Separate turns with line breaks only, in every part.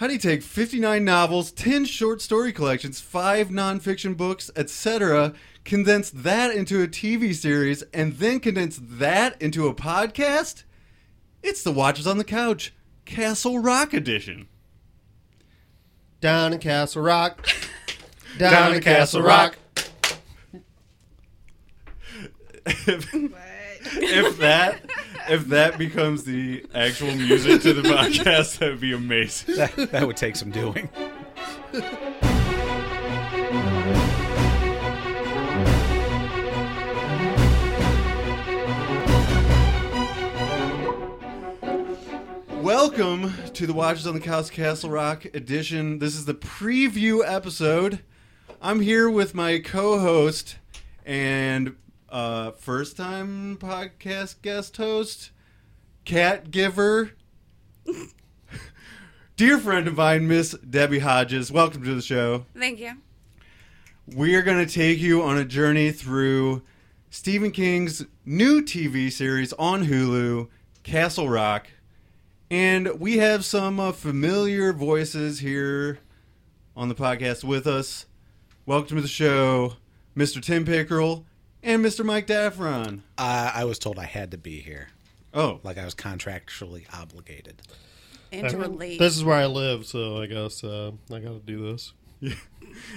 Honeytake 59 novels, 10 short story collections, 5 nonfiction books, etc. Condense that into a TV series and then condense that into a podcast? It's The Watches on the Couch, Castle Rock Edition.
Down in Castle Rock. Down,
Down
in
in Castle
Castle Rock.
if,
What?
if that if that becomes the actual music to the podcast, that would be amazing.
That, that would take some doing.
Welcome to the Watches on the Couch Castle Rock edition. This is the preview episode. I'm here with my co-host and uh, first-time podcast guest host, Cat Giver, dear friend of mine, Miss Debbie Hodges. Welcome to the show.
Thank you.
We are going to take you on a journey through Stephen King's new TV series on Hulu, Castle Rock. And we have some uh, familiar voices here on the podcast with us. Welcome to the show, Mr. Tim Pickerel and Mr. Mike Daffron.
I, I was told I had to be here,
Oh,
like I was contractually obligated.
Interrelate.
This is where I live, so I guess uh, I got to do this.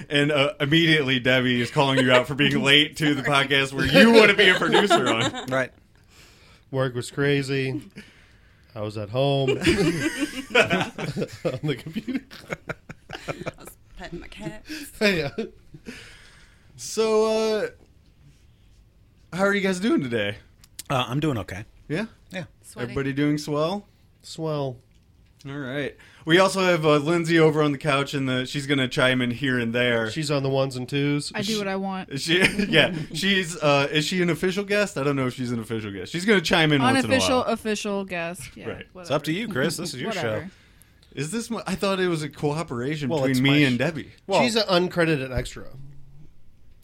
and uh, immediately Debbie is calling you out for being late to the podcast where you want to be a producer on.
Right.
Work was crazy. I was at home on the computer.
I was petting my cat.
yeah.
So, uh, how are you guys doing today?
Uh, I'm doing okay.
Yeah?
Yeah.
Sweating.
Everybody doing swell?
Swell.
All right. We also have uh, Lindsay over on the couch, and the, she's going to chime in here and there.
She's on the ones and twos.
I do what I want.
Is she, yeah, she's uh, is she an official guest? I don't know if she's an official guest. She's going to chime in once in a
Unofficial, uh,
while.
official guest. Yeah,
Right. It's
It's up to you, Chris. This is your show.
Is this? My, I thought it was a cooperation
Well, it's
between
my
me
sh-
and Debbie.
Well,
She's an uncredited extra.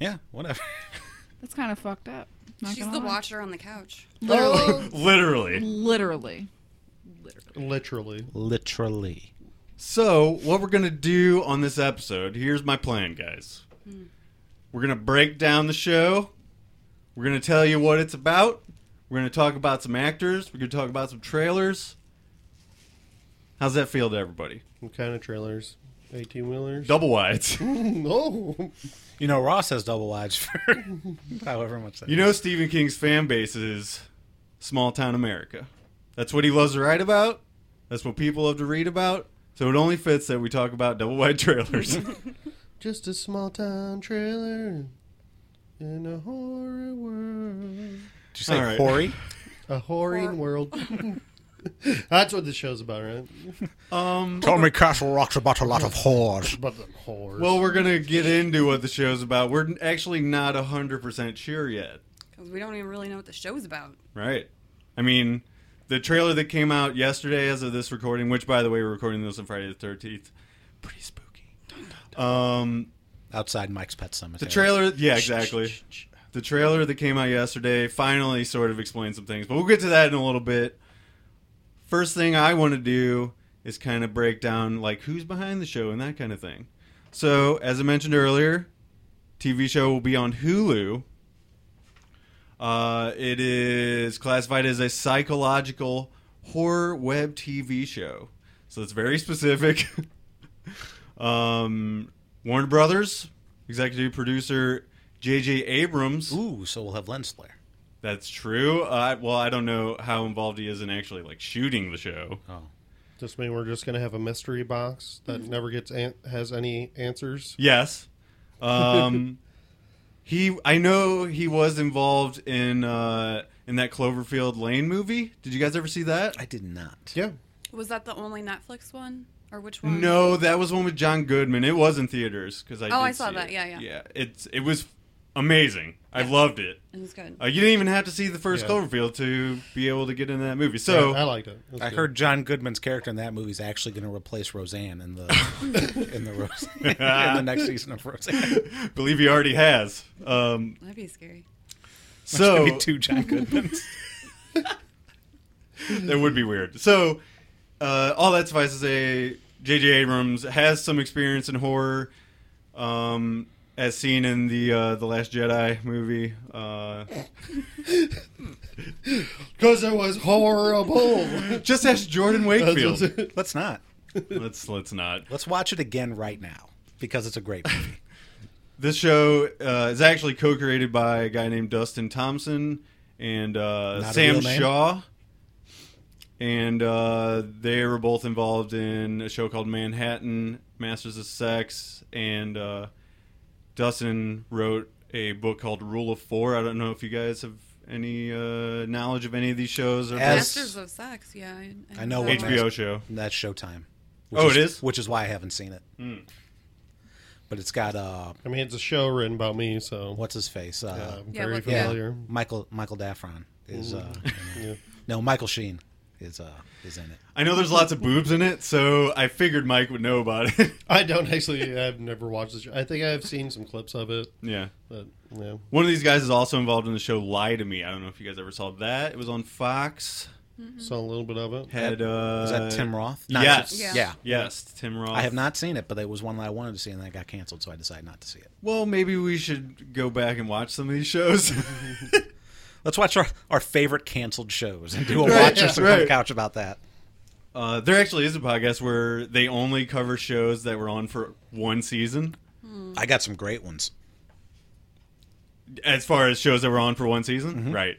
yeah, whatever.
That's kind of fucked up. Not
She's
gonna
the
lie.
watcher on the couch.
Literally.
Literally.
Literally.
Literally.
Literally.
So, what we're going to do on this episode, here's my plan, guys. We're going to break down the show. We're going to tell you what it's about. We're going to talk about some actors. We're going to talk about some trailers. How's that feel to everybody?
What kind of trailers? 18 wheelers?
Double wides.
No.
You know, Ross has double wides for however much that
You know, Stephen King's fan base is small town America. That's what he loves to write about. That's what people love to read about. So it only fits that we talk about double wide trailers.
Just a small town trailer in a horror world.
Did you say
All right.
hoary?
A whoring
Whor-
world. That's what the show's about, right?
um,
Tommy Castle Rock's about a lot of whores.
About the whores.
Well, we're going to get into what the show's about. We're actually not 100% sure yet,
'Cause we don't even really know what the show's about.
right? I mean, the trailer that came out yesterday as of this recording, which, by the way, we're recording this on Friday the 13th, pretty spooky. Um,
Outside Mike's Pet Cemetery.
the trailer, yeah, exactly. The trailer that came out yesterday finally sort of explained some things, but we'll get to that in a little bit. First thing I want to do is kind of break down like who's behind the show and that kind of thing. So, as I mentioned earlier, TV show will be on Hulu. Uh, it is classified as a psychological horror web TV show, so it's very specific. um, Warner Brothers executive producer J.J. Abrams.
Ooh, so we'll have lens flare.
That's true. Uh, well, I don't know how involved he is in actually like shooting the show.
Oh.
Just mean we're just gonna have a mystery box that never gets an- has any answers.
Yes. Um, he, I know he was involved in uh, in that Cloverfield Lane movie. Did you guys ever see that?
I did not.
Yeah,
Was that the only Netflix one? Or which one?
No, that was one with John Goodman. It was in theaters because I.
Oh,
did
I saw
see
that.
it.
Yeah, yeah.
Yeah, it's it was amazing. I loved it.
It was good.
Uh, you didn't even have to see the first
Yeah.
Cloverfield to be able to get into that movie.
so
So
I, liked it. It was
I
good.
heard John Goodman's character in that movie is actually going to replace Roseanne in the in the Rose, in the next season of Roseanne.
believe he already has. Um,
That'd be scary.
so
Maybe two John Goodmans.
that would be weird. So, uh, all that's suffice to say, J.J. Abrams has some experience in horror, um, as seen in the uh, the Last Jedi movie. Uh,
Because it was horrible.
just ask Jordan Wakefield.
Let's not.
let's let's not.
Let's watch it again right now because it's a great movie.
This show uh, is actually co-created by a guy named Dustin Thompson and uh,
Not a
Sam
real name?
Shaw, and uh, they were both involved in a show called Manhattan Masters of Sex. And uh, Dustin wrote a book called Rule of Four. I don't know if you guys have any uh, knowledge of any of these shows. Or
As-
Masters of Sex. Yeah, I,
I know
that
what
one.
HBO show.
That's Showtime.
Oh, it is?
Which is why I haven't seen it.
Mm.
But it's got uh,
I mean, it's a show written about me, so
what's his face?
uh,
Uh,
I'm
Yeah,
very
what-
yeah,
familiar.
Michael Michael Daffron is uh,
Yeah.
no Michael Sheen is uh is in it.
I know there's lots of boobs in it, so I figured Mike would know about it.
I don't actually. I've never watched the show. I think I've seen some clips of it,
yeah.
but yeah.
One of these guys is also involved in the show Lie to Me. I don't know if you guys ever saw that. It was on Fox.
saw a little bit of it.
Had uh
Is that Tim Roth?
yes.
Yeah.
Yeah.
Yes, Tim Roth.
I have not seen it, but it was one that I wanted to see and then it got canceled, so I decided not to see it.
Well, maybe we should go back and watch some of these shows.
Let's watch our, our favorite canceled shows and do a
Right,
watch
yeah,
us on the
right.
couch about that.
uh, there actually is a podcast where they only cover shows that were on for one season.
I got some great ones.
As far as shows that were on for one season,
Mm-hmm.
right?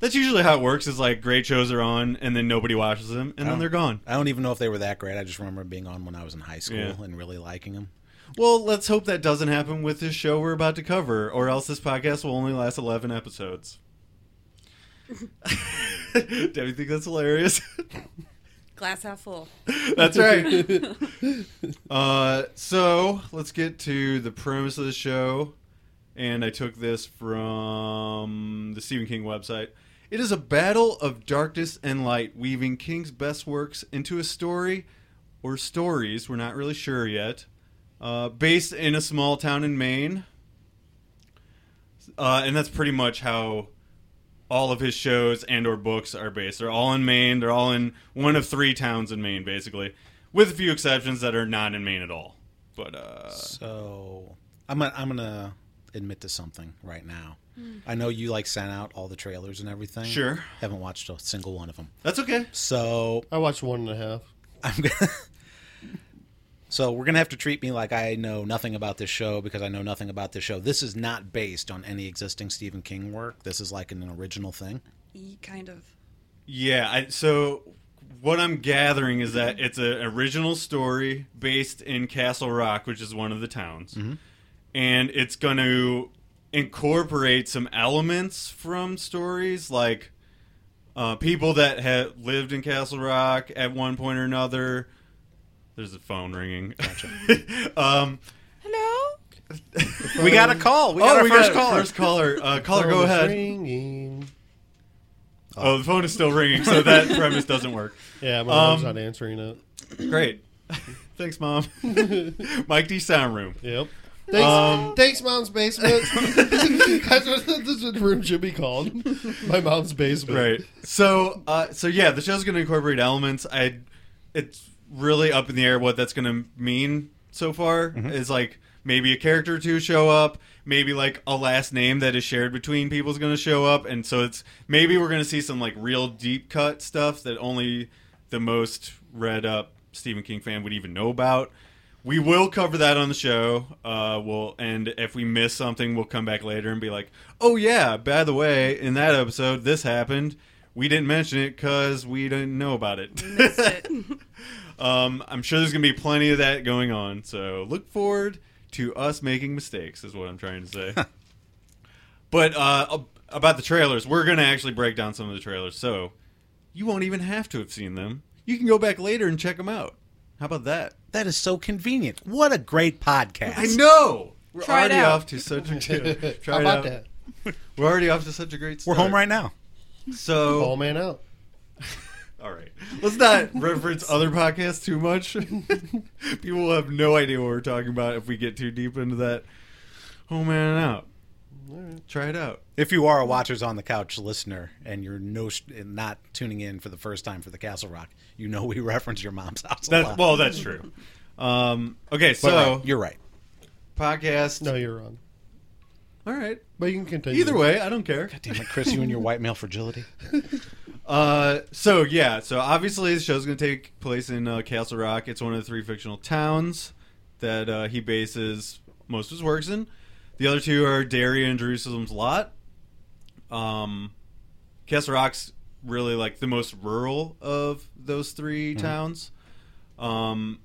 That's usually how it works. Is like great shows are on, and then nobody watches them, and
Oh.
then they're gone.
I don't even know if they were that great. I just remember being on when I was in high school
Yeah.
and really liking them.
Well, let's hope that doesn't happen with this show we're about to cover, or else this podcast will only last 11 episodes. Debbie think that's hilarious.
Glass half full.
that's right. uh, so let's get to the premise of the show. And I took this from the Stephen King website. It is a battle of darkness and light, weaving King's best works into a story or stories, we're not really sure yet, uh, based in a small town in Maine. Uh, and that's pretty much how all of his shows and or books are based. They're all in Maine. They're all in one of three towns in Maine, basically, with a few exceptions that are not in Maine at all. But uh,
So I'm gonna, I'm gonna admit to something right now. I know you like sent out all the trailers and everything.
Sure.
haven't watched a single one of them.
that's okay.
So
I watched one and a half.
I'm gonna. so we're gonna have to treat me like I know nothing about this show because I know nothing about this show. This is not based on any existing Stephen King work. This is like an original thing.
E, kind of.
Yeah. I, so what I'm gathering is that it's an original story based in Castle Rock, which is one of the towns,
Mm-hmm.
and it's going to incorporate some elements from stories like uh, people that have lived in Castle Rock at one point or another. There's a phone ringing. um, Oh,
Hello.
We got a call. We got our first caller.
First caller. Uh, caller,
Phone
go
is
ahead.
ringing.
Oh, the phone is still ringing, so that premise doesn't work.
Yeah, my mom's
Um,
not answering it.
Great. Thanks, Mom. Mike D. Sound Room.
Yep. Thanks,
Um,
thanks, mom's basement. That's what this room should be called. My mom's basement.
Right. So, uh, so yeah, the show's going to incorporate elements. I, it's really up in the air what that's going to mean so far. Is like maybe a character or two show up, maybe like a last name that is shared between people is going to show up, and so it's maybe we're going to see some like real deep cut stuff that only the most read up Stephen King fan would even know about. We will cover that on the show. Uh, we'll and if we miss something, we'll come back later and be like, "Oh yeah, by the way, in that episode, this happened. We didn't mention it because we didn't know about it."
Missed it.
um, I'm sure there's gonna be plenty of that going on. So look forward to us making mistakes, is what I'm trying to say. but uh, ab- about the trailers, we're gonna actually break down some of the trailers, so you won't even have to have seen them. You can go back later and check them out. How about that?
That is so convenient. What a great podcast.
I know. We're
Try it
already
out.
off to such a try
How
it
about
out.
that?
We're already off to such a great
We're
start.
home right now.
So
Ball man out.
all right. Let's not reference other podcasts too much. People will have no idea what we're talking about if we get too deep into that. Home in and out. Try it out.
If you are a Watchers on the Couch listener and you're no not tuning in for the first time for the Castle Rock, you know we reference your mom's house. a
That,
lot.
well, that's true. Um, okay,
But
so
right, you're right.
podcast.
No, you're wrong.
All right.
But you can continue.
Either way, I don't care.
Damn it, Chris, you and your white male fragility.
Uh, so yeah, so obviously the show's gonna take place in uh, Castle Rock. It's one of the three fictional towns that uh, he bases most of his works in. The other two are Derry and Jerusalem's Lot. Um, Castle Rock's really like the most rural of those 3 towns. Um,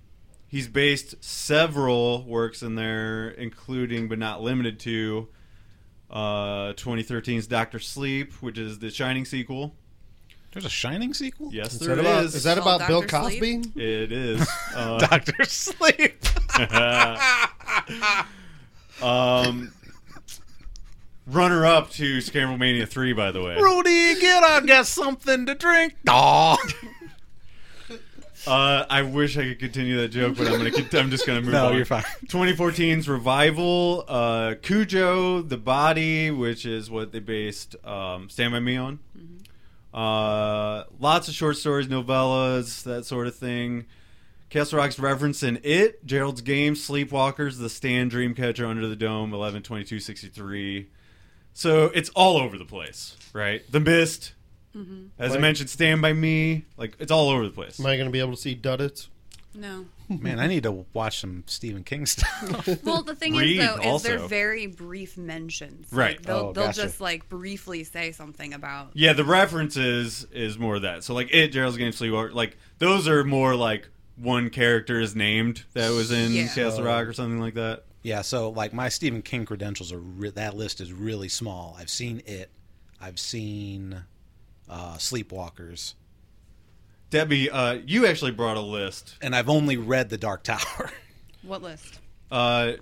he's based several works in there, including but not limited to uh, 2013's Doctor Sleep, which is the Shining sequel.
There's a Shining sequel.
Yes,
Is
there
that
it
about,
is.
is that
It's called
about Bill
Dr. Sleep.
Cosby?
It is. Uh,
Doctor Sleep.
um, runner up to Scramble Mania 3, by the way.
Rudy, get I got something to drink. Aw.
Uh, I wish I could continue that joke, but I'm gonna. Con- I'm just gonna move
No,
on.
you're fine.
2014's revival, uh, Cujo, The Body, which is what they based um, Stand by Me on. Uh, lots of short stories, novellas, that sort of thing. Castle Rock's reference in It, Gerald's Game, Sleepwalkers, The Stand, Dreamcatcher, Under the Dome, 11, 22, 63. So it's all over the place, right? The Mist, as I
Like-
mentioned, Stand by Me, like it's all over the place.
Am I going to be able to see Duddits?
No.
Man, I need to watch some Stephen King stuff.
Well, the thing
Read
is, though, is they're
also.
very brief mentions.
Right.
Like, they'll
Oh,
they'll
gotcha.
just like briefly say something about.
Yeah, the references is more that. So like it, Gerald's Game, Sleepwalker, like those are more like one character is named that was in
Yeah.
Oh.
Castle Rock or something like that.
yeah, so like my Stephen King credentials are re- that list is really small. I've seen it. I've seen uh, Sleepwalkers,
Debbie, uh, you actually brought a list.
and I've only read The Dark Tower.
What list?
Uh,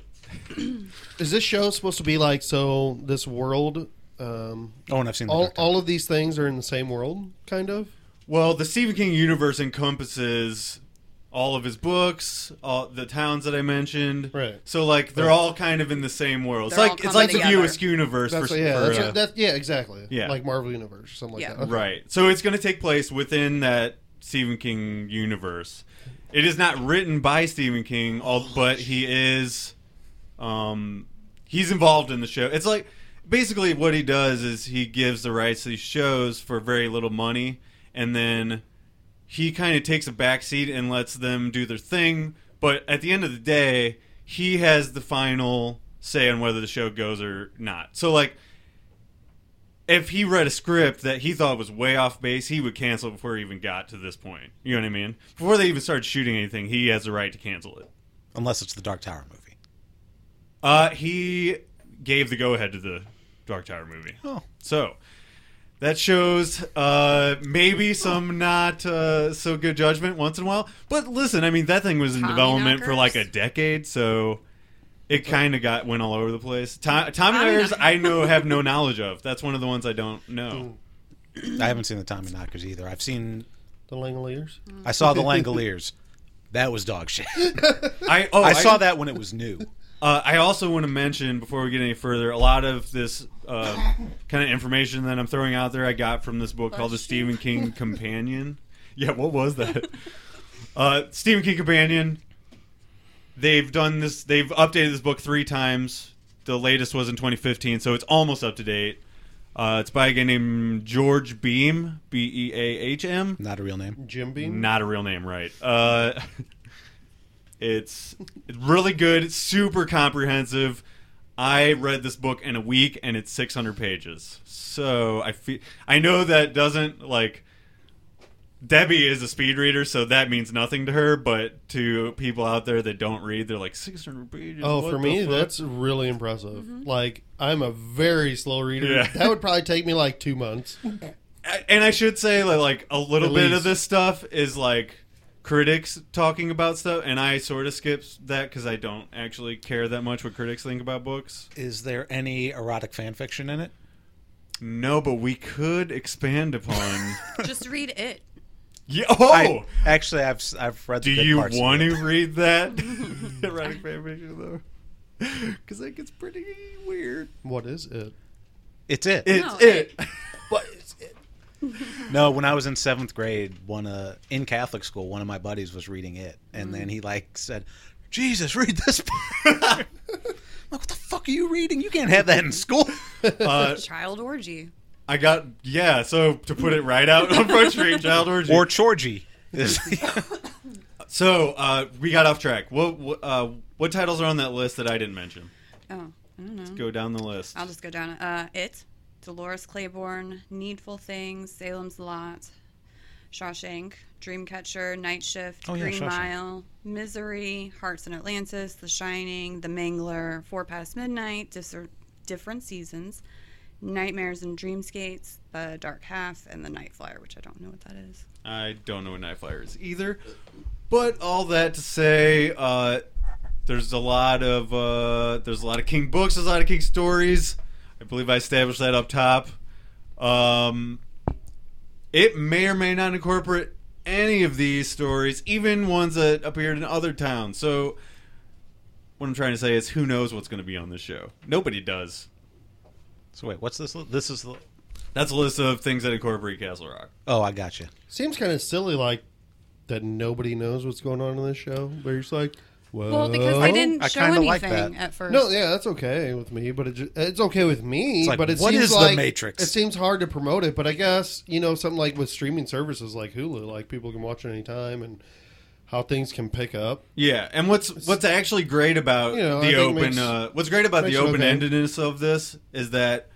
Is this show supposed to be like so? This world, um,
oh, and I've seen the
all
Dark Tower.
all of these things are in the same world, kind of.
well, the Stephen King universe encompasses all of his books, all the towns that I mentioned.
Right.
So like they're all kind of in the same world.
They're all
it's like it's
coming
like the
together.
Buick universe.
That's
for,
yeah,
for,
that's,
uh,
that- yeah, exactly.
Yeah.
like Marvel Universe, or something like
Yeah.
that.
Right. So it's going to take place within that Stephen King universe. It is not written by Stephen King, al- but he is um he's involved in the show. It's like basically what he does is he gives the rights to these shows for very little money and then he kind of takes a backseat and lets them do their thing, but at the end of the day, he has the final say on whether the show goes or not. So like if he read a script that he thought was way off base, he would cancel it before he even got to this point. You know what I mean? Before they even started shooting anything, he has the right to cancel it.
Unless it's the Dark Tower movie.
Uh, he gave the go ahead to the Dark Tower movie.
Oh.
So that shows uh, maybe some not uh, so good judgment once in a while. But listen, I mean, that thing was in
Tommy
development for
knockers?
like a decade, so. It kind of got went all over the place. Tom, Tommy
Tommy
Knockers,
Knockers.
I know have no knowledge of. That's one of the ones I don't know.
I haven't seen the Tommy Knockers either. I've seen.
The Langoliers.
Mm.
I saw the Langoliers. That was dog shit.
I oh
I
that.
saw that when it was new.
Uh, I also want to mention before we get any further, a lot of this uh, kind of information that I'm throwing out there, I got from this book called The Stephen King Companion. Yeah, what was that? Uh, Stephen King Companion. They've done this. They've updated this book three times. The latest was in 2015, so it's almost up to date. Uh, it's by a guy named George Beam, B E A H M.
Not a real name.
Jim Beam.
Not a real name, right? Uh, it's it's really good, super comprehensive. I read this book in a week, and it's 600 pages. So I feel I know that doesn't like Debbie is a speed reader, so that means nothing to her. But to people out there that don't read, they're like 600 pages.
Oh,
what
for
the
me,
fuck?"
that's really impressive.
Mm-hmm.
Like, I'm a very slow reader.
Yeah.
That would probably take me like two months.
I- and I should say that like a little
At
bit of
least.
this stuff is like critics talking about stuff, and I sort of skips that because I don't actually care that much what critics think about books.
Is there any erotic fan fiction in it?
No, but we could expand upon.
Just read it.
yeah,
I,
oh,
actually, I've I've read.
do
the good
you
parts of
want
it.
to read that erotic fanfiction though? because that gets pretty weird.
What is it?
It's it.
It's
No,
it.
But it's it. no, when I was in seventh grade, one uh, in Catholic school, one of my buddies was reading it, and then he like said, "Jesus, read this." part." I'm like, what the fuck are you reading? You can't have that in school.
Uh,
Child orgy.
I got yeah. So to put it right out on Front Street, child orgy.
or Chorgy. Is-
so uh, we got off track. What what, uh, what titles are on that list that I didn't mention?
Oh, I don't know.
Go down the list.
I'll just go down. Uh, it, Dolores Claiborne, Needful Things, Salem's Lot, Shawshank, Dreamcatcher, Night Shift,
Oh, yeah,
Green
Shawshank.
Mile, Misery, Hearts in Atlantis, The Shining, The Mangler, Four Past Midnight, Disser- Different Seasons, Nightmares and Dreamscapes, The Dark Half, and The Night Flyer, which I don't know what that is.
I don't know what Night Flyer is either. But all that to say, uh, there's a lot of uh, there's a lot of King books, there's a lot of King stories. I believe I established that up top. Um, it may or may not incorporate any of these stories, even ones that appeared in other towns. So, what I'm trying to say is, who knows what's going to be on this show? Nobody does.
so wait, what's this? li- This is. the
That's a list of things that incorporate Castle Rock.
Oh, I got you.
Seems kind of silly, like that nobody knows what's going on in this show. But you're just like, well,
Well, because they didn't
Oh, I
show
kinda
anything
like that.
at first.
No, yeah, that's okay with me, but it ju- it's okay with me.
It's like,
but it
what
seems
is the
like
Matrix?
It seems hard to promote it, but I guess you know something like with streaming services like Hulu, like people can watch it anytime and how things can pick up.
Yeah, and what's what's actually great about
You know, I
the
think
open
makes-
uh, what's great about the
makes it okay.
open endedness of this is that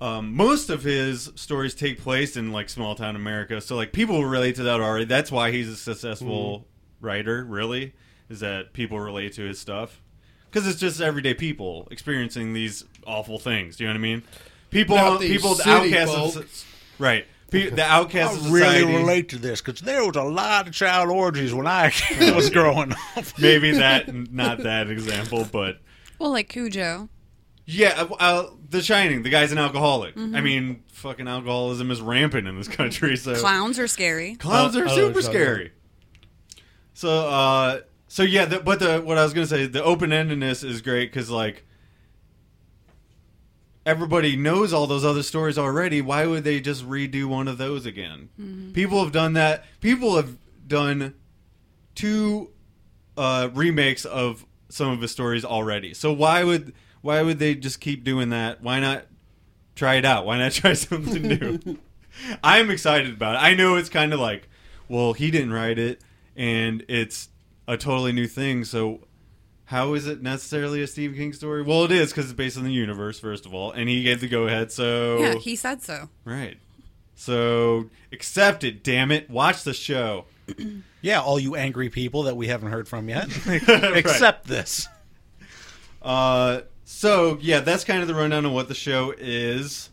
um, most of his stories take place in like small town America, so like people relate to that already. That's why he's a successful
Mm-hmm.
writer. Really, is that people relate to his stuff because it's just everyday people experiencing these awful things. Do you know what I mean? People,
Not these
people, the
city
outcasts, of
folk.
so- right? Pe- the outcasts of society.
to this because there was a lot of child orgies when I was growing up.
Maybe that, not that example, but.
Well, like Cujo.
Yeah, uh, uh, The Shining. The guy's an alcoholic. I mean, fucking alcoholism is rampant in this country. So
Clowns are scary.
clowns
Uh,
are
I know
super
what you're talking
scary. So, uh, so yeah, the, but the what I was gonna say, the open endedness is great because like everybody knows all those other stories already. Why would they just redo one of those again? People have done that. People have done two uh, remakes of some of his stories already. So why would why would they just keep doing that? Why not try it out? Why not try something new? I'm excited about it. I know it's kind of like, well, he didn't write it, and it's a totally new thing. So how is it necessarily a Stephen King story? Well, it is because it's based on the universe, first of all, and he gave the go ahead. So
Yeah, he said so.
right. So accept it, damn it. Watch the show.
Yeah, all you angry people that we haven't heard from yet, accept this.
Uh, so yeah, that's kind of the rundown of what the show is.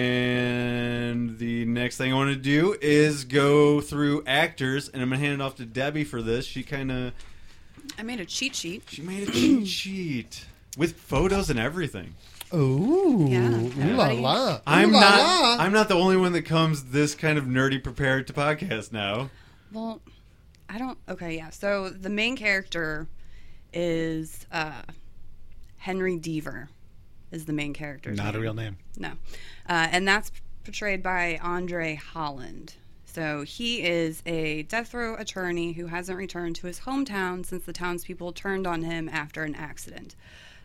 And the next thing I want to do is go through actors, and I'm gonna hand it off to Debbie for this. She kind of
I made a cheat sheet.
she made a cheat sheet with photos and everything.
Oh,
Yeah,
ooh la
everybody-
la!
I'm
Ooh la
not
la.
I'm not the only one that comes this kind of nerdy prepared to podcast now.
Well, I don't. Okay, yeah. So the main character is uh, Henry Deaver, is the main character.
Not a real name.
No. Uh, and that's portrayed by Andre Holland. So he is a death row attorney who hasn't returned to his hometown since the townspeople turned on him after an accident,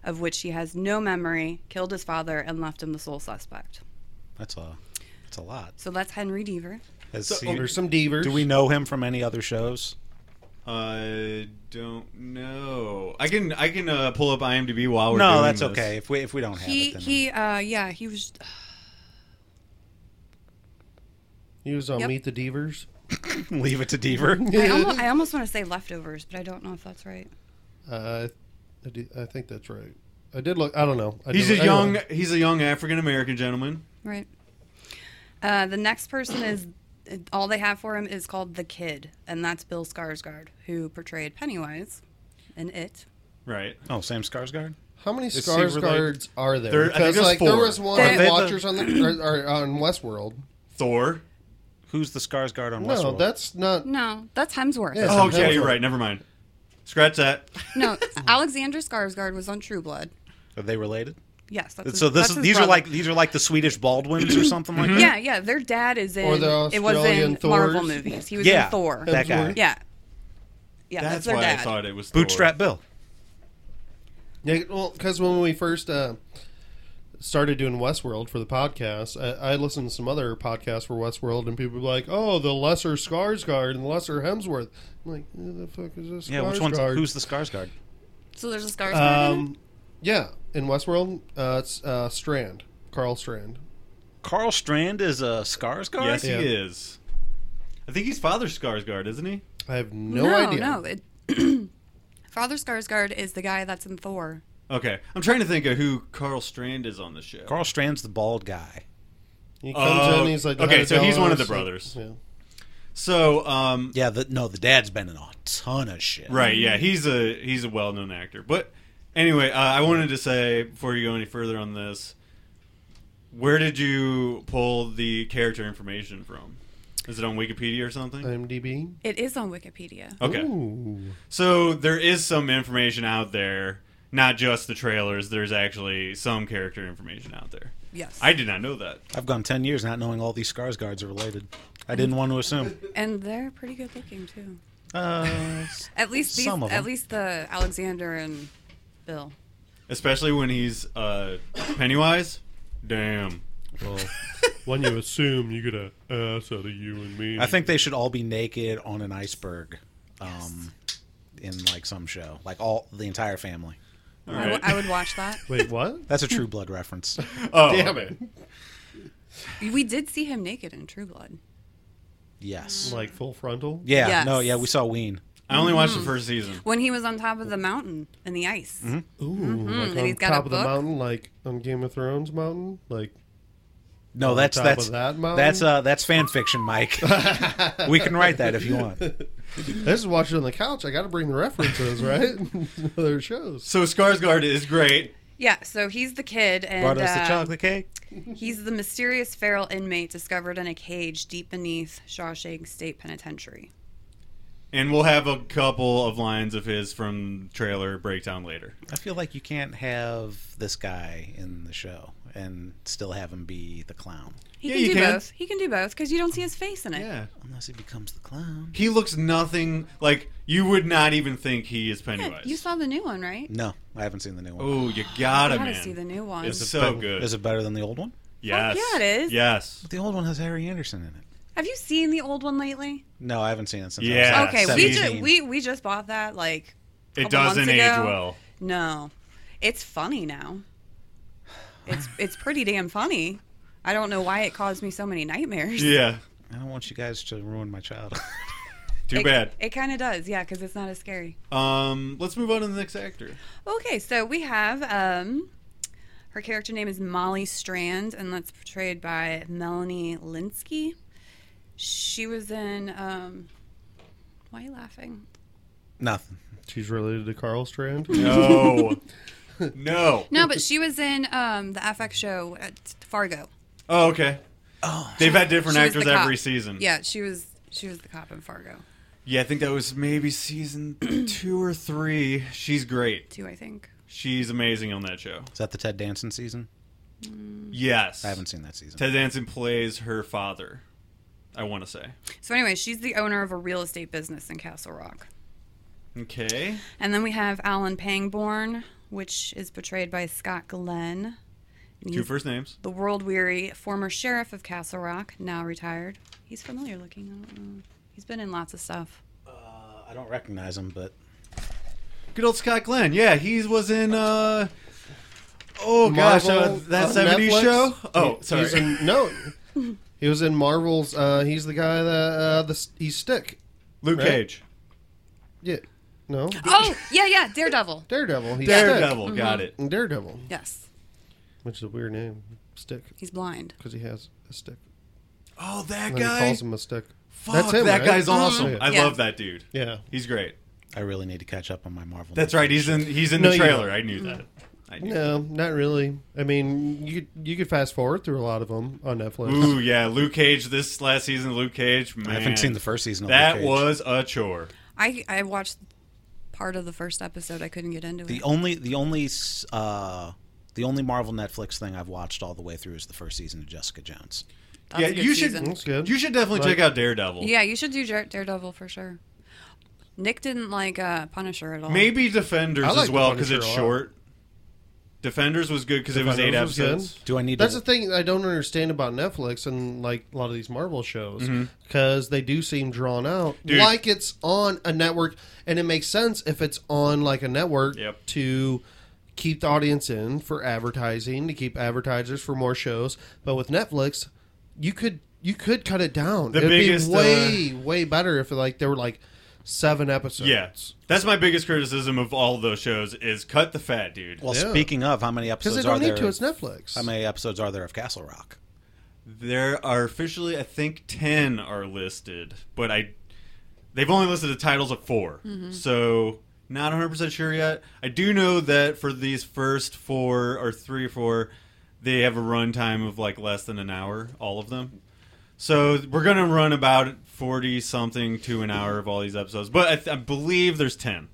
of which he has no memory, killed his father, and left him the sole suspect.
That's a, that's a lot.
So that's Henry Deaver.
Has he-
There's some divers.
do we know him from any other shows?
I don't know. I can I can uh, pull up IMDb while we're
no,
doing
that's
this.
okay. If we if we don't have
He
it, then
he uh yeah, he was
He was on
Yep.
Meet the Divers.
leave it to Deaver.
I almost, I almost want to say leftovers, but I don't know if that's right.
Uh, I, do- I think that's right. I did look. I don't know. I
He's a
did-
young
anyway.
he's a young African American gentleman.
Right. Uh, the next person is all they have for him is called the Kid, and that's Bill Skarsgård, who portrayed Pennywise in It.
Right.
Oh, Sam Skarsgård.
How many
he
Skarsgårds
related?
are there?
There- I think
because
there's
like there
four.
was one
They-
on
They-
the-
Watchers on the or, or on Westworld.
Thor.
Who's the Skarsgård on
No,
Westworld?
that's not.
No, that's Hemsworth.
Yeah.
Oh, yeah,
Hemsworth.
you're right. Never mind. Scratch that.
No, Alexander Skarsgård was on True Blood.
Are they related?
Yes. That's his-
Uh, so this
that's
is
his
these are
brother.
like these are like the Swedish Baldwins or
Mm-hmm.
something like that.
Yeah, yeah. Their dad is in.
Or the
it was in
Australian
Marvel
Thors.
movies. He was
yeah,
in Thor.
That guy.
Hemsworth.
Yeah. Yeah, that's,
That's,
their
why
dad.
I thought it was Thor.
Bootstrap Bill.
Yeah, well, because when we first uh, started doing Westworld for the podcast, I, I listened to some other podcasts for Westworld, and people were like, "Oh, the lesser Skarsgård and the lesser Hemsworth." I'm like, "Who the fuck is this?"
Yeah, which one's
Skarsgård?"
who's the Skarsgård?
So there's a Skarsgård. in it?
Um, yeah, in Westworld, uh, it's uh, Strand, Carl Strand.
Carl Strand is a Skarsgård.
Yes,
Yeah.
he is. I think he's Father Skarsgård, isn't he?
I have no,
no,
idea.
no. It, Father Skarsgård is the guy that's in Thor.
Okay, I'm trying to think of who Carl Strand is on the show.
Carl Strand's the bald guy.
He comes
Oh,
in, he's like,
okay, so he's one of the
$100.
brothers.
Yeah.
so, um,
Yeah, the, no, the dad's been in a ton of shit.
right, yeah, he's a he's a well-known actor. But anyway, uh, I wanted to say before you go any further on this, where did you pull the character information from? Is it on Wikipedia or something?
Uh, IMDb.
It is on
Oh.
Wikipedia.
Okay.
Ooh.
So there is some information out there, not just the trailers. There's actually some character information out there.
Yes.
I did not know that.
I've gone ten years not knowing all these Skarsgårds are related. I didn't want to assume.
and they're pretty good looking too.
Uh,
At least these,
Some of
at
them.
least the Alexander and Bill.
Especially when he's uh, Pennywise. Damn.
Well, when you assume you get an ass out of you and me.
I think they should all be naked on an iceberg, um, in like some show, like all the entire family.
All
I, w-
right.
I would watch that.
Wait, what?
That's a True Blood reference.
oh,
Damn it.
We did see him naked in True Blood.
Yes.
Like full frontal?
Yeah.
Yes.
No. Yeah, we saw Ween.
I only watched the
Mm.
first season.
When he was on top of the mountain in the ice.
Mm-hmm.
Ooh,
Mm-hmm. and
like on
he's got a
top of the
book?
mountain, like on Game of Thrones mountain, like
No, that's
top
that's
of that mountain?
that's uh that's fan fiction, Mike. we can write that if you want.
this is watching on the couch. I got to bring the references, right? Other shows.
So Skarsgård is great.
Yeah, so he's the kid, and
Brought us the
uh,
chocolate cake.
he's the mysterious feral inmate discovered in a cage deep beneath Shawshank State Penitentiary.
And we'll have a couple of lines of his from trailer breakdown later.
I feel like you can't have this guy in the show and still have him be the clown,
He
Yeah,
can
you
do
can.
both. He can do both because you don't see his face in it.
Yeah.
unless he becomes the clown.
He looks nothing like you would not even think he is
Yeah,
Pennywise.
Eh, you saw the new one, right?
No, I haven't seen the new one.
Oh, you gotta,
I gotta
man.
see the new one.
It's
Is it
so
better-
good.
Is it better than the old one?
yes.
yeah, it is.
Yes.
But the old one has Harry Anderson in it.
Have you seen the old one lately?
No, I haven't seen it since. I
Yeah,
was like
okay, we,
ju-
just,
17.
we we just bought that. Like,
It
couple months
doesn't age
ago.
well.
no, it's funny now. It's it's pretty damn funny. I don't know why it caused me so many nightmares.
Yeah.
I don't want you guys to ruin my childhood.
Too
it,
bad.
It kind of does, yeah, because it's not as scary.
Um, let's move on to the next actor.
Okay, so we have um, her character name is Molly Strand, and that's portrayed by Melanie Linsky. She was in. Um, why are you laughing?
Nothing.
She's related to Carl Strand.
No. no.
No, but she was in um, the FX show at Fargo.
Oh, okay.
Oh.
They've had different
She was
actors
the cop.
every season.
Yeah, she was she was the cop in Fargo
Yeah, I think that was maybe season two or three. She's great.
too, I think.
She's amazing on that show.
Is that the Ted Danson season?
Yes.
I haven't seen that season.
Ted Danson plays her father. I want to say.
So anyway, she's the owner of a real estate business in Castle Rock.
Okay.
And then we have Alan Pangborn, which is portrayed by Scott Glenn. And
Two
he's
first names.
the world weary former sheriff of Castle Rock, now retired. He's familiar looking. I don't know. He's been in lots of stuff.
Uh, I don't recognize him, but
Good old Scott Glenn. Yeah, he was in. uh Oh gosh, uh,
Marvel
that
on
'70s
Netflix.
show. Oh,
He-
sorry.
he's in- no, he was in Marvel's. Uh, he's the guy that uh, the he's Stick.
Luke
Right?
Cage.
Yeah, no,
Oh, yeah, yeah, Daredevil.
Daredevil. He's
Daredevil. Got it.
Stick. Daredevil,
Yes,
which is a weird name, Stick,
he's blind.
because he has a stick.
Oh, that
And then he
guy.
calls him a stick.
Fuck,
That's him,
that
right?
guy's awesome.
Mhm.
I
Yeah.
love that dude.
Yeah.
He's great.
I really need to catch up on my Marvel.
That's right. He's in. He's in
No,
the
you
trailer. I knew that. I knew.
No, not really. I mean, you could, you could fast forward through a lot of them on Netflix.
Ooh yeah, Luke Cage. This last season, Luke Cage. Man,
I haven't seen the first season. Of
That
Luke Cage.
was a chore.
I I watched part of the first episode. I couldn't get into
The
it.
only the only s- uh, the only Marvel Netflix thing I've watched all the way through is the first season of Jessica Jones.
That's
yeah,
a good
you
season.
That's
should
good.
you should definitely
Like-
check out Daredevil.
Yeah, you should do Dare- Daredevil for sure. Nick didn't like uh, Punisher at all.
Maybe Defenders
I like
as well because
Punisher
it's
a lot.
short. Defenders was good because it was eight
Defenders was good.
episodes.
Do I need
That's
to?
the thing I don't understand about Netflix and like a lot of these Marvel shows because they do seem drawn out,
Mm-hmm. Dude.
like it's on a network, and it makes sense if it's on like a network
Yep.
to keep the audience in for advertising to keep advertisers for more shows. But with Netflix, you could you could cut it down.
The
It'd
biggest, uh,
be way way better if like there were like seven episodes.
Yeah, that's my biggest criticism of all those shows is cut the fat, dude.
well,
Yeah.
speaking of, how many
because
episodes
they
are
don't
there?
need to. It's Netflix.
How many episodes are there of Castle Rock?
There are officially, I think, ten are listed, but I they've only listed the titles of 4 so not 100 percent sure yet. I do know that for these first four or three or four, they have a runtime of like less than an hour, all of them. So we're gonna run about forty something to an hour of all these episodes, but I, th- I believe there's ten.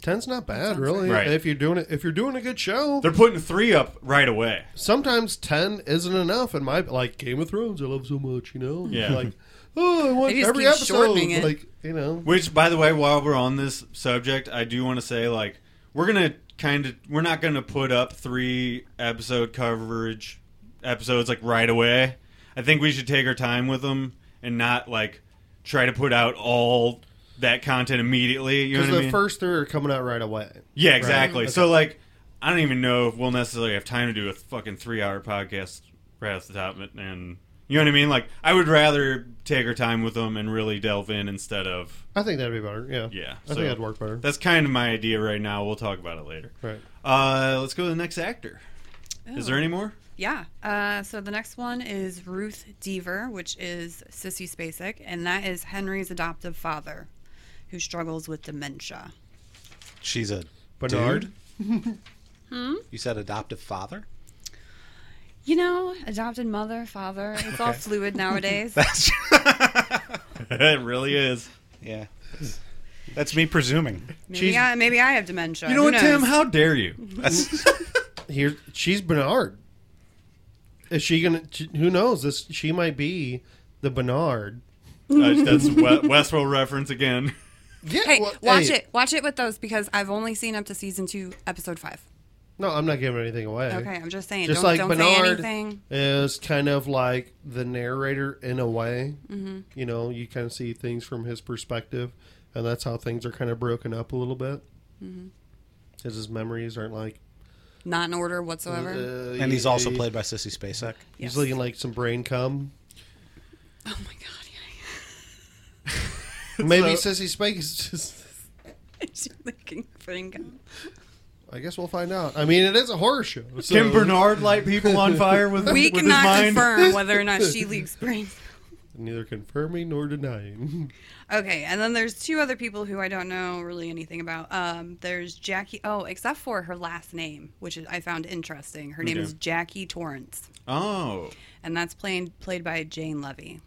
Ten's not bad,
sounds
really.
right.
If you're doing it, if you're doing a good show,
They're putting three up right away.
sometimes 10 isn't enough in my like game of thrones i love so much you know
Yeah.
like oh i want
They just
every
keep
episode
shortening it.
like you know
Which, by the way, while we're on this subject, I do want to say like we're gonna kind of we're not gonna put up three episode coverage episodes like right away. I think we should take our time with them and not like try to put out all that content immediately. You know
because
what
the
I mean?
first three are coming out right away
yeah, exactly. So like, I don't even know if we'll necessarily have time to do a fucking three-hour podcast right off the top, and- and you know what I mean. Like, I would rather take our time with them and really delve in instead of.
i think that'd be better yeah
Yeah,
i
so-
think that'd work better
That's kind of my idea right now. We'll talk about it later.
right
Uh, let's go to the next actor. Is
Oh.
there any more?
Yeah. Uh, so the next one is Ruth Deaver, which is Sissy Spacek, and that is Henry's adoptive father, who struggles with dementia.
She's a
Bernard?
dude? You said adoptive father.
You know, adopted mother, father, it's all fluid nowadays.
That's
it really is.
yeah. That's me presuming.
maybe,
she's-
I, maybe I have dementia.
You know
Who
what, Tim?
knows?
How dare you?
That's
here she's Bernard. is she gonna she- who knows this she might be the Bernard.
Uh, that's we- Westworld reference again.
yeah
Hey,
well,
watch
hey,
it. Watch it with those because I've only seen up to season two, episode five.
no i'm not giving anything away
Okay, I'm just saying.
just
don't
like
don't say
Bernard
anything.
is kind of like the narrator in a way.
Mm-hmm.
You know, you kind of see things from his perspective, and that's how things are kind of broken up a little bit.
Mm-hmm.
Because his memories aren't like.
Not in order whatsoever.
uh,
and he's also
he-
played by Sissy Spacek.
He's
Yes.
looking like some brain cum.
oh my god. yeah.
Maybe Sissy Spake is just.
She's looking pretty good.
I guess we'll find out. I mean, it is a horror show. So
Kim Bernard light people on fire with,
We
with his
cannot
mind.
confirm whether or not she leaks brains.
Neither confirming nor denying.
Okay, and then there's two other people who I don't know really anything about. Um, there's Jackie. Oh, except for her last name, which is, I found interesting. Her name
Okay.
is Jackie Torrance,
Oh.
and that's played played by Jane Levy.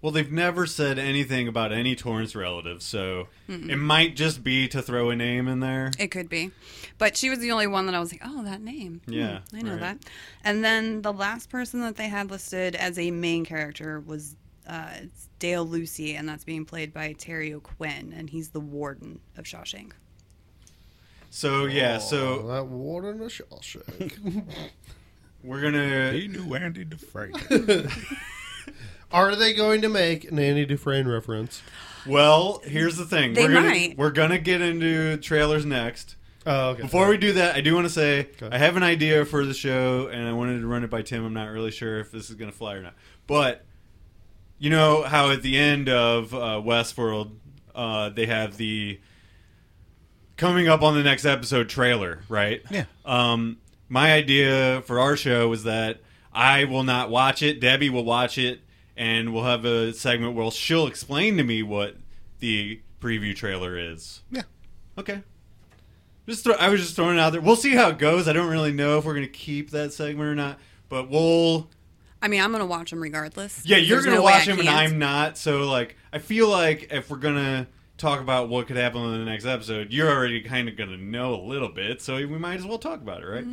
Well, they've never said anything about any Torrance relative, so it might just be to throw a name in there.
It could be, but she was the only one that I was like, oh, that name. Hmm,
Yeah,
I know
right.
that. And then the last person that they had listed as a main character was uh, it's Dale Lucy, and that's being played by Terry O'Quinn, and he's the warden of Shawshank.
So, yeah, so
Oh, that water in a Shawshank.
we're going to.
knew Andy Dufresne.
Are they going to make an Andy Dufresne reference?
Well, here's the thing.
They
we're gonna,
might.
We're going to get into trailers next.
Oh, okay.
Before we do that, I do want to say
Okay.
I have an idea for the show, and I wanted to run it by Tim. I'm not really sure if this is going to fly or not, but you know how at the end of uh, Westworld, uh, they have the coming up on the next episode trailer, right?
Yeah.
Um, my idea for our show was that I will not watch it. Debbie will watch it, and we'll have a segment where she'll explain to me what the preview trailer is.
Yeah.
Okay. Just throw, I was just throwing it out there. We'll see how it goes. I don't really know if we're gonna keep that segment or not, but we'll.
I mean, I'm gonna watch him regardless.
Yeah, you're
There's
gonna
no way
watch
I
him and
can't.
I'm not. So like, I feel like if we're gonna talk about what could happen in the next episode, you're already kind of going to know a little bit, so we might as well talk about it, right?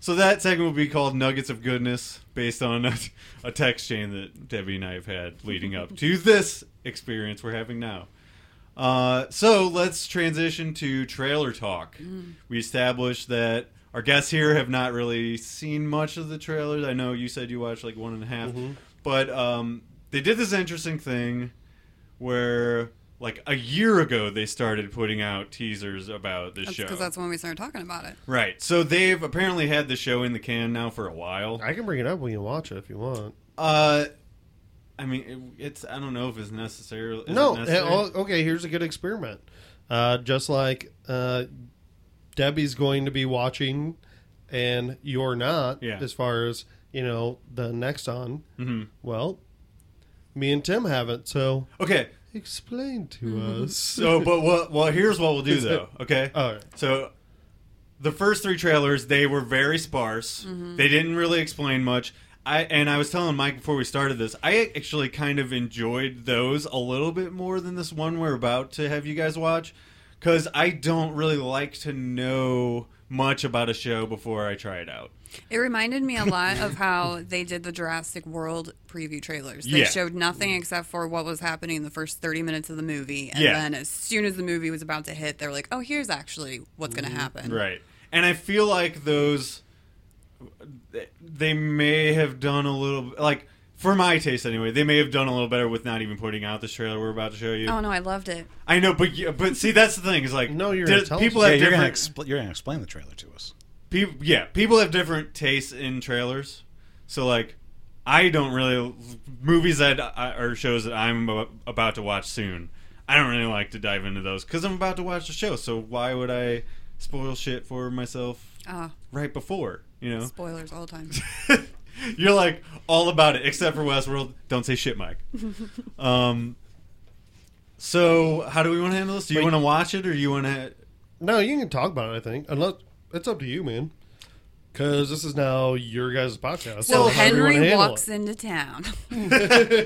So that segment will be called Nuggets of Goodness, based on a, a text chain that Debbie and I have had leading up to this experience we're having now. Uh, so let's transition to trailer talk.
Mm.
We established that our guests here have not really seen much of the trailers. I know you said you watched like one and a half,
Mm-hmm.
but um, they did this interesting thing where like a year ago they started putting out teasers about this
That's
show.
because that's when we started talking about it.
Right. So they've apparently had the show in the can now for a while.
I can bring it up when you watch it if you want.
Uh, I mean, it, it's I don't know if it's necessarily is
no,
It
eh,
necessary?
oh, okay. Here's a good experiment. Uh, just like uh, Debbie's going to be watching, and you're not.
Yeah.
As far as you know, the next on.
Mhm.
Well, me and Tim haven't. So
Okay.
explain to us.
Mm-hmm. So, but what? Well, here's what we'll do though. Okay.
All right.
So, the first three trailers they were very sparse. They didn't really explain much. I and I was telling Mike before we started this, I actually kind of enjoyed those a little bit more than this one we're about to have you guys watch, because I don't really like to know much about a show before I try it out.
It reminded me a lot of how they did the Jurassic World preview trailers. They
Yeah.
showed nothing except for what was happening in the first 30 minutes of the movie. And
Yeah.
then as soon as the movie was about to hit, they were like, oh, here's actually what's going to happen.
Right. And I feel like those they may have done a little like for my taste anyway, they may have done a little better with not even putting out this trailer we're about to show you.
Oh, no, I loved it.
I know, but you- but see that's the thing is like
No, you're
di-
intelligent.
people
Yeah,
have
you're gonna
different
expl- you're gonna explain the trailer to us.
people, yeah, people have different tastes in trailers. So like I don't really movies that I, or shows that I'm ab- about to watch soon. I don't really like to dive into those cuz I'm about to watch the show. So why would I spoil shit for myself
Ah,
right before, you know?
spoilers all the time.
You're like all about it, except for Westworld. Don't say shit, Mike. um, so how do we want to handle this? Do you want to watch it, or you want to?
No, you can talk about it. I think unless it's up to you, man. Because this is now your guys' podcast. how you
so
wanna
Henry
handle
walks
it.
into town.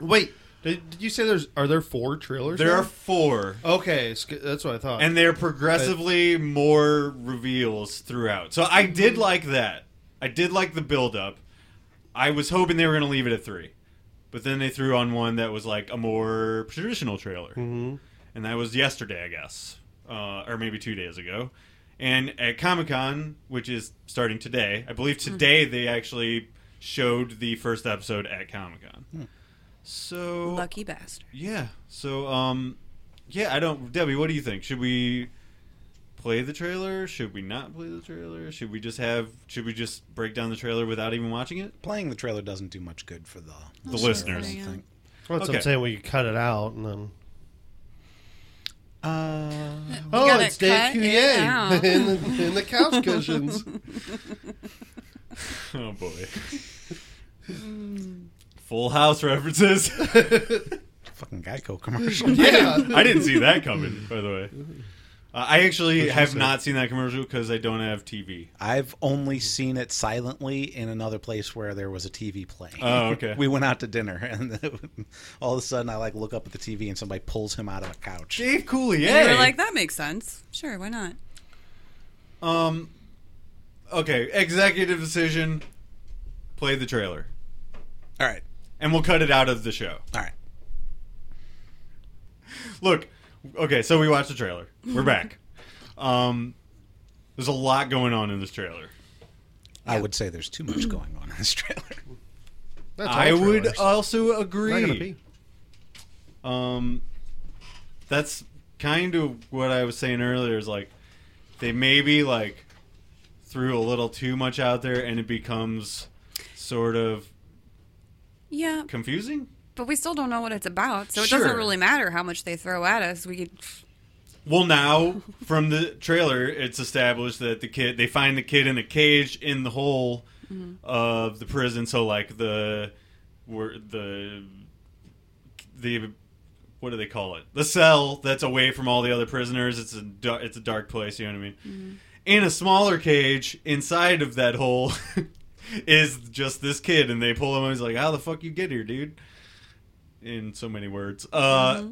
Wait, did, did you say there's are there four trailers?
there
now?
are four,
Okay, sk- that's what I thought.
and they're progressively more reveals throughout. So I did like that. I did like the build up. I was hoping they were going to leave it at three, but then they threw on one that was like a more traditional trailer.
Mhm.
and that was yesterday, I guess, uh, or maybe two days ago. And at Comic Con, which is starting today, I believe today they actually showed the first episode at Comic Con. So
Lucky bastard.
yeah, so um, yeah, I don't. Debbie, what do you think? Should we play the trailer? Should we not play the trailer? Should we just have? Should we just break down the trailer without even watching it?
Playing the trailer doesn't do much good for the
The listeners.
I think.
That's what
Okay.
I'm saying. We could cut it out and then.
Uh,
Oh,
gotta
it's Dave
cut it
Coulier
out.
in, the, in the couch cushions.
Oh boy. Full House references.
fucking Geico commercial.
yeah.
I didn't see that coming, by the way. Uh, I actually
What'd you
have
say?
not seen that commercial because I don't have TV.
I've only seen it silently in another place where there was a TV playing.
Oh, okay.
we went out to dinner, and all of a sudden, I like look up at the TV, and somebody pulls him out of the couch.
Dave Coulier.
And we were like, that makes sense. Sure, why not?
um, okay, executive decision. Play the trailer,
All right,
and we'll cut it out of the show.
all right.
Look, okay, so we watched the trailer. We're back. um, there's a lot going on in this trailer.
I would say there's too much going on in this trailer.
That's all
I would
trailers.
also
Not gonna
agree.
be.
Um, that's kind of what I was saying earlier. Is like they maybe like threw a little too much out there, and it becomes sort of
Yeah,
confusing.
but we still don't know what it's about, so it
Sure.
doesn't really matter how much they throw at us. We could
Well, now from the trailer, it's established that the kid they find the kid in a cage in the hole of the prison. So like the where the the what do they call it? The cell that's away from all the other prisoners. It's a dar- it's a dark place. You know what I mean? In a smaller cage inside of that hole is just this kid, and they pull him. and He's like, "How the fuck you get here, dude?" In so many words. Uh,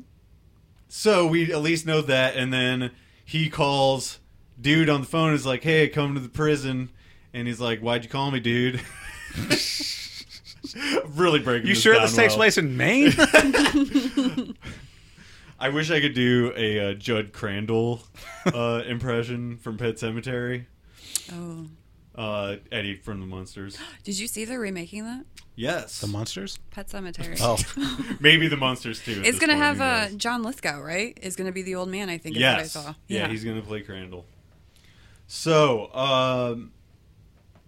So we at least know that. And then he calls dude on the phone. Is like, hey, come to the prison. And he's like, why'd you call me, dude? really breaking.
You sure
down
this takes
well.
place in Maine?
I wish I could do a uh, Judd Crandall uh, impression from Pet Cemetery.
Oh,
Uh, Eddie from the Monsters.
did you see they're remaking that
Yes,
the monsters?
Pet Cemetery?
Oh,
maybe the Monsters too. at
It's
this
gonna
point,
have
who
uh,
knows?
John Lithgow, right? Is gonna be the old man. I think. is what I
Yes.
saw.
Yeah. he's going to play Crandall. So, um,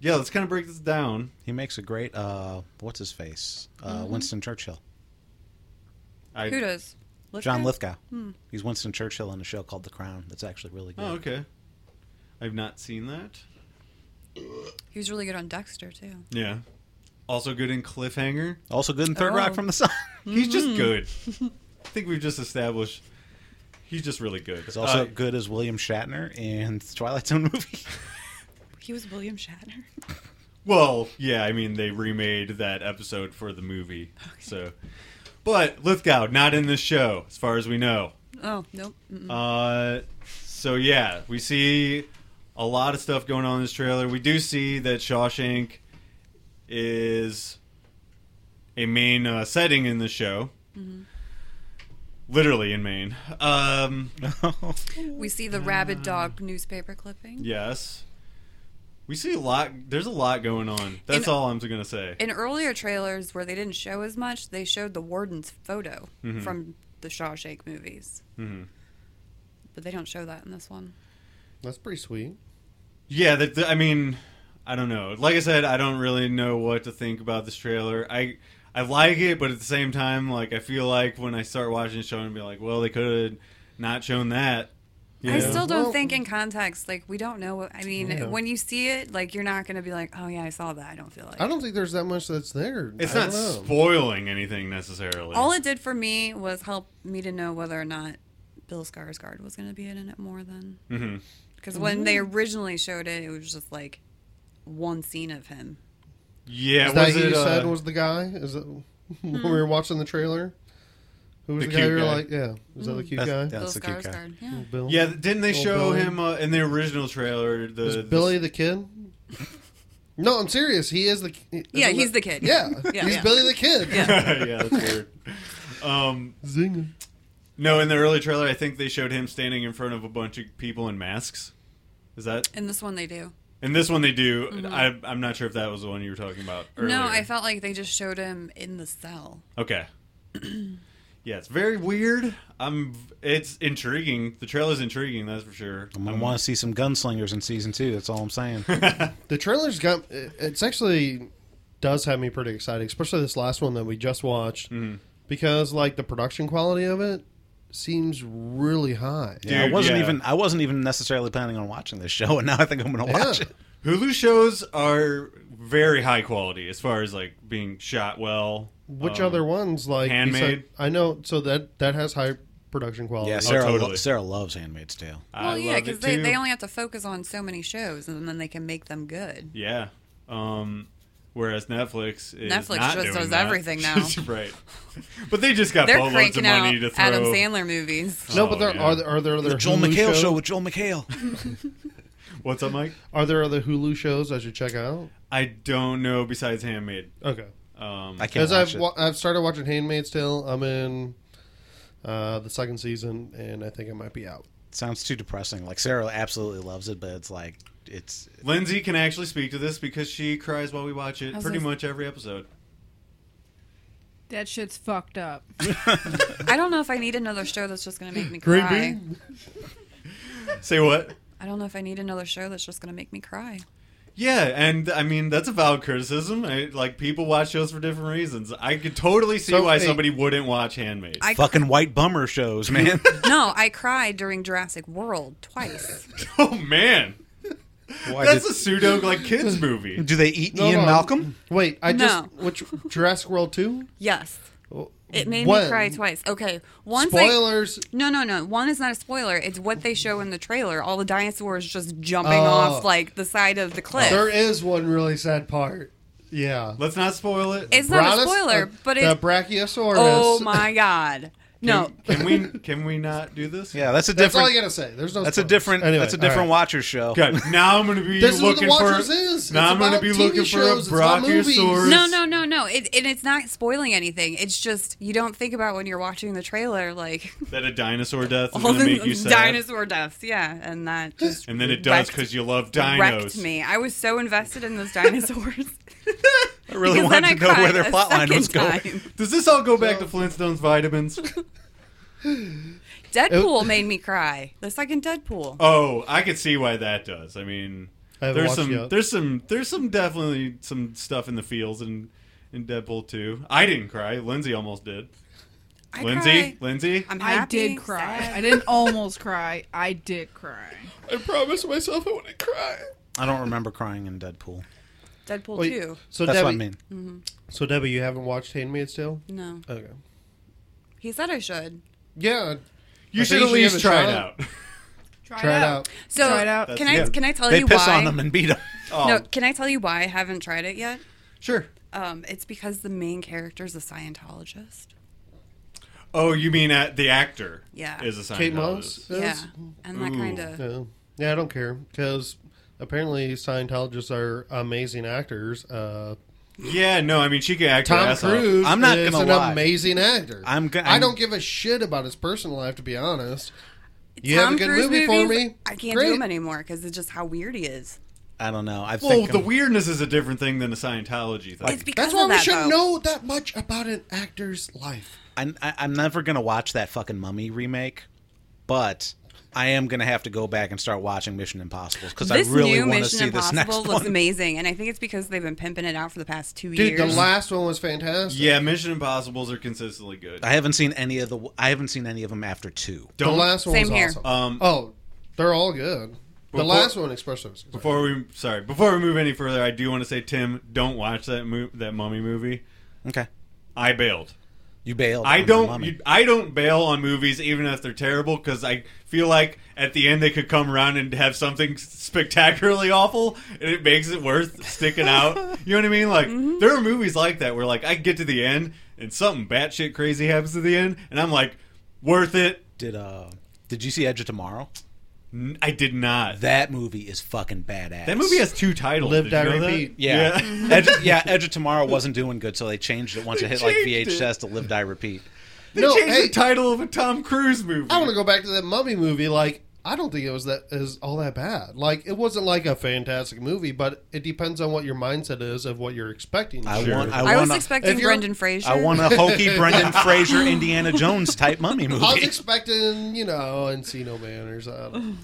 yeah, let's kind of break this down.
he makes a great uh, what's his face? Uh, Winston Churchill.
I,
Who does?
John
Lithgow?
Lithgow. He's Winston Churchill in a show called The Crown. That's actually really good.
Oh, okay. I've not seen that.
He was really good on Dexter too.
Yeah. Also good in Cliffhanger.
Also good in Third
Oh.
Rock from the Sun.
He's just
Mm-hmm.
good. I think we've just established he's just really good.
He's also
Uh,
good as William Shatner in the Twilight Zone movie.
He was William Shatner.
Well, yeah, I mean they remade that episode for the movie. So but Lithgow not in this show as far as we know.
Oh nope. Mm-mm.
Uh, so yeah, we see a lot of stuff going on in this trailer. We do see that Shawshank is a main uh, setting in the show, literally in Maine. Um,
We see the rabid dog newspaper clipping.
yes, we see a lot. There's a lot going on. That's
In-
all I'm gonna say.
In earlier trailers where they didn't show as much, they showed the warden's photo
Mm-hmm.
from the Shawshank movies,
hmm
but they don't show that in this one.
That's pretty sweet.
Yeah, that, that- I mean, I don't know. Like I said, I don't really know what to think about this trailer. I I like it, but at the same time, like I feel like when I start watching the show and be like, well, they could have not shown that. You
I
know?
still don't
Well-
think in context. Like we don't know. What, I mean,
Yeah.
when you see it, like you're not gonna be like, "Oh yeah, I saw that." I don't feel like.
I don't think there's that much that's there.
It's
I
not
don't know.
spoiling anything necessarily.
All it did for me was help me to know whether or not Bill Skarsgård was gonna be in it more than
hmm
because when they
Mm-hmm.
originally showed it, it was just like one scene of him.
Yeah,
Is that
was
who
it
you said
uh,
was the guy? Is that when we were
Hmm.
watching the trailer? Who was
The
the, guy?
cute
You were
guy.
like, yeah, was that
Hmm.
the cute
That's-
guy?
that's the
Bill
cute guy.
Skarsgård.
Hmm.
Yeah.
Bill.
yeah, didn't they
Old
show
Billy?
him uh, in the original trailer? The,
Is
the-
Billy the kid? No, I'm serious. He is the. He,
Yeah,
isn't
he's
that-
the kid.
Yeah,
Yeah,
he's
yeah.
Billy the kid.
Yeah.
yeah, that's weird. Um,
Zinger.
no, in the early trailer, I think they showed him standing in front of a bunch of people in masks. Is that
In this one, they do.
And this one they do. I, I'm not sure if that was the one you were talking about. Earlier.
Mm-hmm. No, I felt like they just showed him in the cell.
okay. yeah, it's very weird. I'm. It's intriguing. The trailer's intriguing. That's for sure.
I'm gonna want to see some gunslingers in season two. That's all I'm saying.
The trailer's got. it- It's actually does have me pretty excited, especially this last one that we just watched,
Mm-hmm.
because like the production quality of it seems really high.
Yeah, I
Dude,
wasn't
yeah.
even I wasn't even necessarily planning on watching this show, and now I think I'm gonna watch
Yeah.
it.
Hulu shows are very high quality as far as like being shot well.
Which
Um,
other ones like beside-
Handmaid?
I know. So that that has high production quality.
Yeah, Sarah,
totally.
Sarah loves Handmaid's Tale.
I
Well, yeah,
love
because
it
they,
too.
they only have to focus on so many shows, and then they can make them good.
Yeah. Um. Whereas Netflix is
Netflix
not
just
doing
does
that.
everything now.
right. But they just got
They're
boatloads of
cranking out
money to throw.
Adam Sandler movies.
No,
Oh,
but there
yeah.
are there, are there other
The Joel
Hulu
McHale
shows?
show with Joel McHale.
What's up, Mike?
Are there other Hulu shows I should check out?
I don't know. Besides Handmaid,
Okay,
um,
I can't
because
watch
I've
it.
wa- I've started watching Handmaid's Tale. I'm in uh, the second season, and I think I might be out.
Sounds too depressing. Like Sarah absolutely loves it, but it's like it's
Lindsay can actually speak to this because she cries while we watch it
How's
pretty
this?
much every episode.
That shit's fucked up.
I don't know if I need another show that's just going to make me
Green
cry.
bean?
Say what?
I don't know if I need another show that's just going to make me cry.
Yeah, and I mean that's a valid criticism. I, like people watch shows for different reasons. I could totally see
So,
why
hey-
somebody wouldn't watch Handmaid.
I
fucking white bummer shows, man.
No, I cried during Jurassic World twice.
oh man,
Why
that's
did-
a pseudo like kids movie.
do they eat
No,
Ian
no.
Malcolm?
Wait, I just
No.
which Jurassic World two?
Yes, it made me
When?
cry twice. Okay, once I.
Spoilers.
No, no, no. One is not a spoiler. It's what they show in the trailer. All the dinosaurs just jumping
Oh.
off like the side of the cliff.
there is one really sad part. Yeah,
Let's not spoil it.
it's not a
Brontos-
spoiler,
uh,
but
the
it's
Brachiosaurus.
Oh my god. No,
Can we can we not do this?
Yeah, that's a
That's all
different.
I gotta say. There's no.
That's a
spoilers.
different.
Anyway,
that's a
all
different
right.
Watchers show.
Good. Now I'm going to be
This is what
looking
the
for.
Watchers is.
Now
It's
I'm gonna
about
be
TV
looking
shows.
for
It's
a
about movies.
brachiosaurus.
No, no, no, no. It, it, it's not spoiling anything. It's just you don't think about when you're watching the trailer, like
That a dinosaur death is
all
going to
the
make you sad.
dinosaur deaths. Yeah, and that just
and then it does
wrecked-
because you love
wrecked
dinos.
me. I was so invested in those dinosaurs.
I really
Because then
wanted to know
cried
where their
a
plot line was
second
going.
time.
Does this all go back
So-
to Flintstones vitamins?
Deadpool made me cry. The second Deadpool.
oh, I could see why that does. I mean,
I haven't
there's
watched
some,
yet.
there's some, there's some definitely some stuff in the fields and in Deadpool too. I didn't cry. Lindsay almost did.
I
Lindsay,
cry.
Lindsay,
I'm happy.
I did cry.
sad.
I didn't almost cry. I did cry.
I promised myself I wouldn't cry.
I don't remember crying in Deadpool.
Deadpool
Wait,
two.
so
that's
Debbie,
what I mean.
so Debbie, you haven't watched *Handmaid's Tale*?
No,
Okay.
he said I should.
Yeah,
you
I
should
think
at
you
least
should give it a
try it
shot.
out.
Try,
try it out.
So
Try it out.
can
That's-
I
yeah.
can I tell
They
you
piss
why?
on them and beat them.
Oh,
No, can I tell you why I haven't tried it yet?
sure.
Um, it's because the main character is a Scientologist.
Oh, you mean at the actor?
Yeah.
is a Scientologist.
Kate Moss.
Yeah,
Yes.
and that
Ooh.
kind of
Yeah. Yeah, I don't care because apparently Scientologists are amazing actors. Uh,
Yeah, no, I mean she could act her
Tom
ass off.
Cruise
I'm not
is
gonna
an
lie.
amazing actor.
I'm go-
I
I'm-
don't give a shit about his personal life, to be honest. You
Tom
have a good
Cruise
movie for
movies,
me.
I can't
Great.
do them anymore because it's just how weird he is.
I don't know. I
Well,
think
the
I'm-
weirdness is a different thing than a Scientology thing.
It's because
That's why
of
we
that.
should
though.
not know that much about an actor's life.
I'm, I- I'm never gonna watch that fucking Mummy remake, but I am gonna have to go back and start watching Mission Impossible because I
This
really
new
want to
Mission
see this next
Impossible looks
one.
amazing, and I think it's because they've been pimping it out for the past two
Dude,
years.
the last one was fantastic.
yeah, Mission Impossibles are consistently good.
I haven't seen any of the. I haven't seen any of them after two.
the last one
Same
was
here.
awesome.
Um,
oh, they're all good. the
Before-
last one, especially. was-
Before we sorry, before we move any further, I do want to say, Tim, don't watch that mo- that mummy movie.
Okay,
I bailed.
you bailed. on
I
the
don't.
Mummy.
you- I don't bail on movies even if they're terrible because I feel like at the end they could come around and have something spectacularly awful, and it makes it worth sticking out. you know what I mean? Like there are movies like that where like I get to the end and something batshit crazy happens at the end, and I'm like, worth it.
did. Uh, did you see Edge of Tomorrow?
N- I did not. That,
That movie is fucking badass.
movie has two titles.
Live,
Did
Die,
you know that?
Repeat.
Yeah,
yeah.
Edge, yeah. Edge of Tomorrow wasn't doing good, so they changed it once it hit like
changed it.
VHS to Live Die Repeat.
They
No,
changed
hey.
the title of a Tom Cruise movie.
I want to go back to that mummy movie. Like, I don't think it was that is all that bad. Like, it wasn't like a fantastic movie, but it depends on what your mindset is of what you're expecting.
I
Sure.
want. I,
I was
want. A,
expecting
if you're-
Brendan Fraser.
I want a hokey Brendan Fraser Indiana Jones type mummy movie.
I was expecting, you know, Encino Man or something.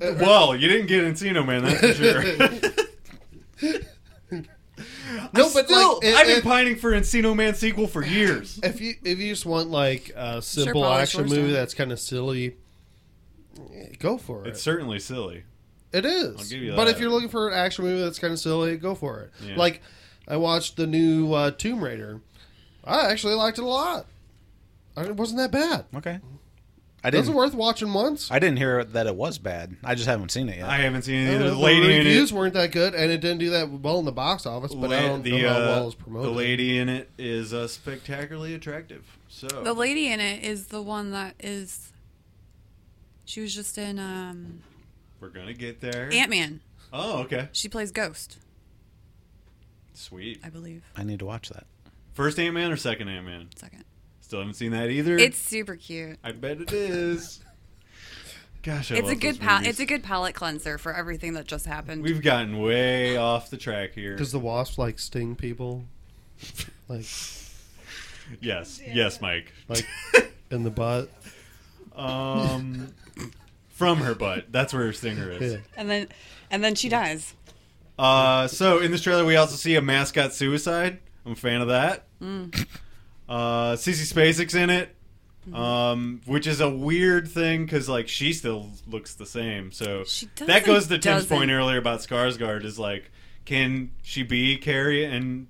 Well, you didn't get Encino Man, that's for sure.
No, but
Still,
like, if,
I've been
if-
pining for Encino Man sequel for years.
if you if you just want like a simple
Pauly
action
Shore's
movie
done.
that's kind of silly, eh, go for it.
It's certainly silly.
It
I'll
is.
give you
But
that.
if you're looking for an action movie that's kind of silly, go for it.
Yeah.
Like, I watched the new uh, Tomb Raider. I actually liked it a lot. I, it wasn't that bad.
okay. I
It was
didn't.
worth watching once.
I didn't hear that it was bad. I just haven't seen it yet.
I haven't seen any
I
of
don't
the
know,
lady in
Uh, reviews
it.
weren't that good, and it didn't do that well in the box office. But I
La-
don't know
the,
how
uh,
well it's
the
promoted.
lady in it is uh, spectacularly attractive. So
the lady in it is the one that is. She was just in um,
we're gonna get there.
Ant Man.
oh, okay,
She plays Ghost,
sweet.
I believe.
I need to watch that.
First Ant Man or second Ant Man?
Second,
Still haven't seen that either.
it's super cute.
I bet it is. Gosh, I
It's a
love
good
those
pal-
movies.
It's a good palate cleanser for everything that just happened.
We've gotten way off the track here.
Does the wasp like sting people? Like,
Yes, yes, Mike.
like in the butt.
Um, from her butt. That's where her stinger is.
Yeah.
and then, and then she dies.
Uh, so in this trailer, we also see a mascot suicide. I'm a fan of that.
Mm.
Uh, Cece Spacek's in it, um, which is a weird thing because like she still looks the same. So
She
that
doesn't-
goes to Tim's point
doesn't.
earlier about Skarsgård is like, can she be Carrie and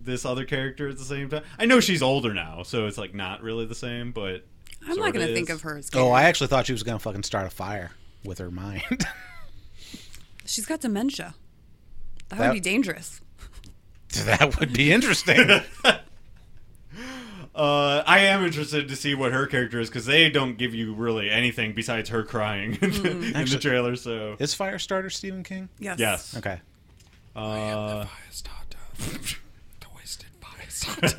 this other character at the same time? I know she's older now, so it's like not really the same, but
I'm
sorta
not gonna think
is.
of her as.
Oh,
Karen.
I actually thought she was gonna fucking start a fire with her mind.
She's got dementia. That,
That-
would be dangerous.
that would be interesting.
Uh, I am interested to see what her character is because they don't give you really anything besides her crying in the- in the
Actually-
trailer. So
Is Firestarter Stephen King?
Yes.
yes,
Okay.
Uh,
The wasted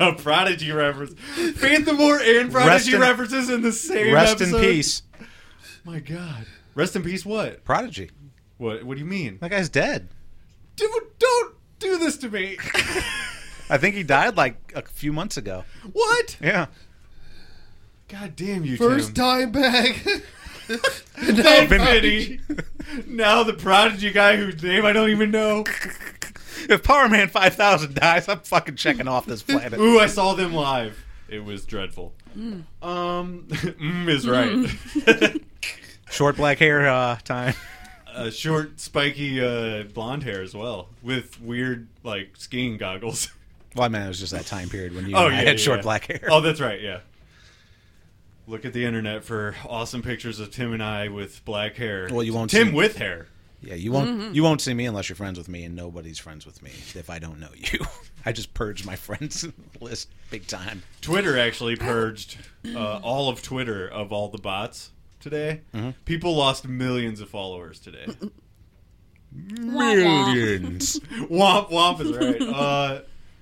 a prodigy reference. Phantomore and
Rest
prodigy
in-
references in the same.
Rest
episode?
in peace,
My God. Rest in peace. What?
Prodigy.
What? What do you mean?
That guy's dead.
Dude, don't do this to me.
I think he died like a few months ago.
what?
Yeah.
God damn you,
First
Tim.
time back.
Then Vinny. now the prodigy guy whose name I don't even know.
If Power Man 5000 dies, I'm fucking checking off this planet.
Ooh, I saw them live. It was dreadful. Um, mm is right.
Short black hair uh, time.
uh, short, spiky uh, blonde hair as well, with weird like skiing goggles.
Well, I mean, it was just that time period when you
Oh,
and I
yeah,
had
yeah,
short
yeah.
black hair.
oh, that's right. Yeah. Look at the internet for awesome pictures of Tim and I with black hair.
Well, you won't
Tim
see-
with hair.
Yeah, you won't you won't see me unless you're friends with me, and nobody's friends with me if I don't know you. I just purged my friends list big time.
Twitter actually purged uh, all of Twitter of all the bots today.
Mm-hmm.
People lost millions of followers today.
Millions.
womp womp is right. Uh,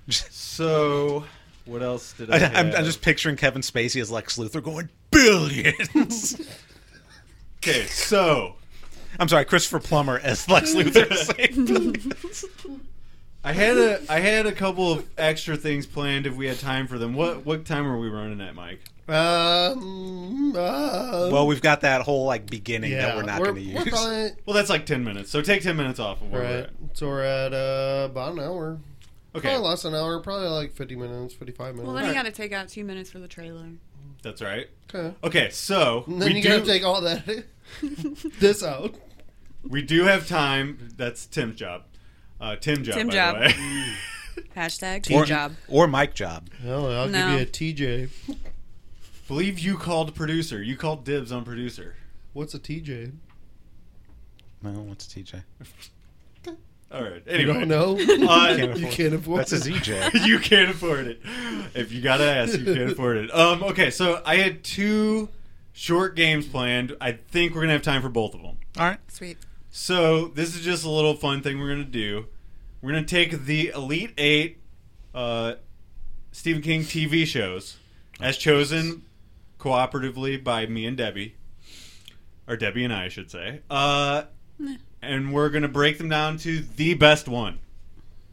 so, what else did I?
I, I'm, I'm
have?
just picturing Kevin Spacey as Lex Luthor going billions.
okay. So,
I'm sorry, Christopher Plummer as Lex Luthor. saying billions.
I had a I had a couple of extra things planned if we had time for them. What what time are we running at, Mike?
um, uh,
well, we've got that whole like beginning that we're not going to
we're
use.
probably,
Well, that's like ten minutes. So take ten minutes off of where we're
right.
at.
So we're at uh, about an hour.
Okay,
Probably less than an hour. Probably like 50 minutes, 55 minutes.
Well, then you got to take out two minutes for the trailer.
that's right.
okay.
Okay, so
And then
we
you
do
gotta take all that this out.
we do have time. That's Tim's job. Uh, Tim job.
Tim
by
job.
The way.
Hashtag
or,
team job.
or Mike job.
Hell, I'll
No.
give you a TJ.
Believe you called producer. You called dibs on producer.
What's a TJ?
No, what's TJ?
All right.
You
Anyway,
don't know.
Uh,
you can't afford.
That's a ZJ.
you can't afford it. If you gotta ask, you can't afford it. Um, okay, so I had two short games planned. I think we're gonna have time for both of them.
All right.
Sweet.
So this is just a little fun thing we're gonna do. We're gonna take the Elite Eight uh, Stephen King TV shows as chosen cooperatively by me and Debbie, or Debbie and I, I should say. Uh, and we're gonna break them down to the best one.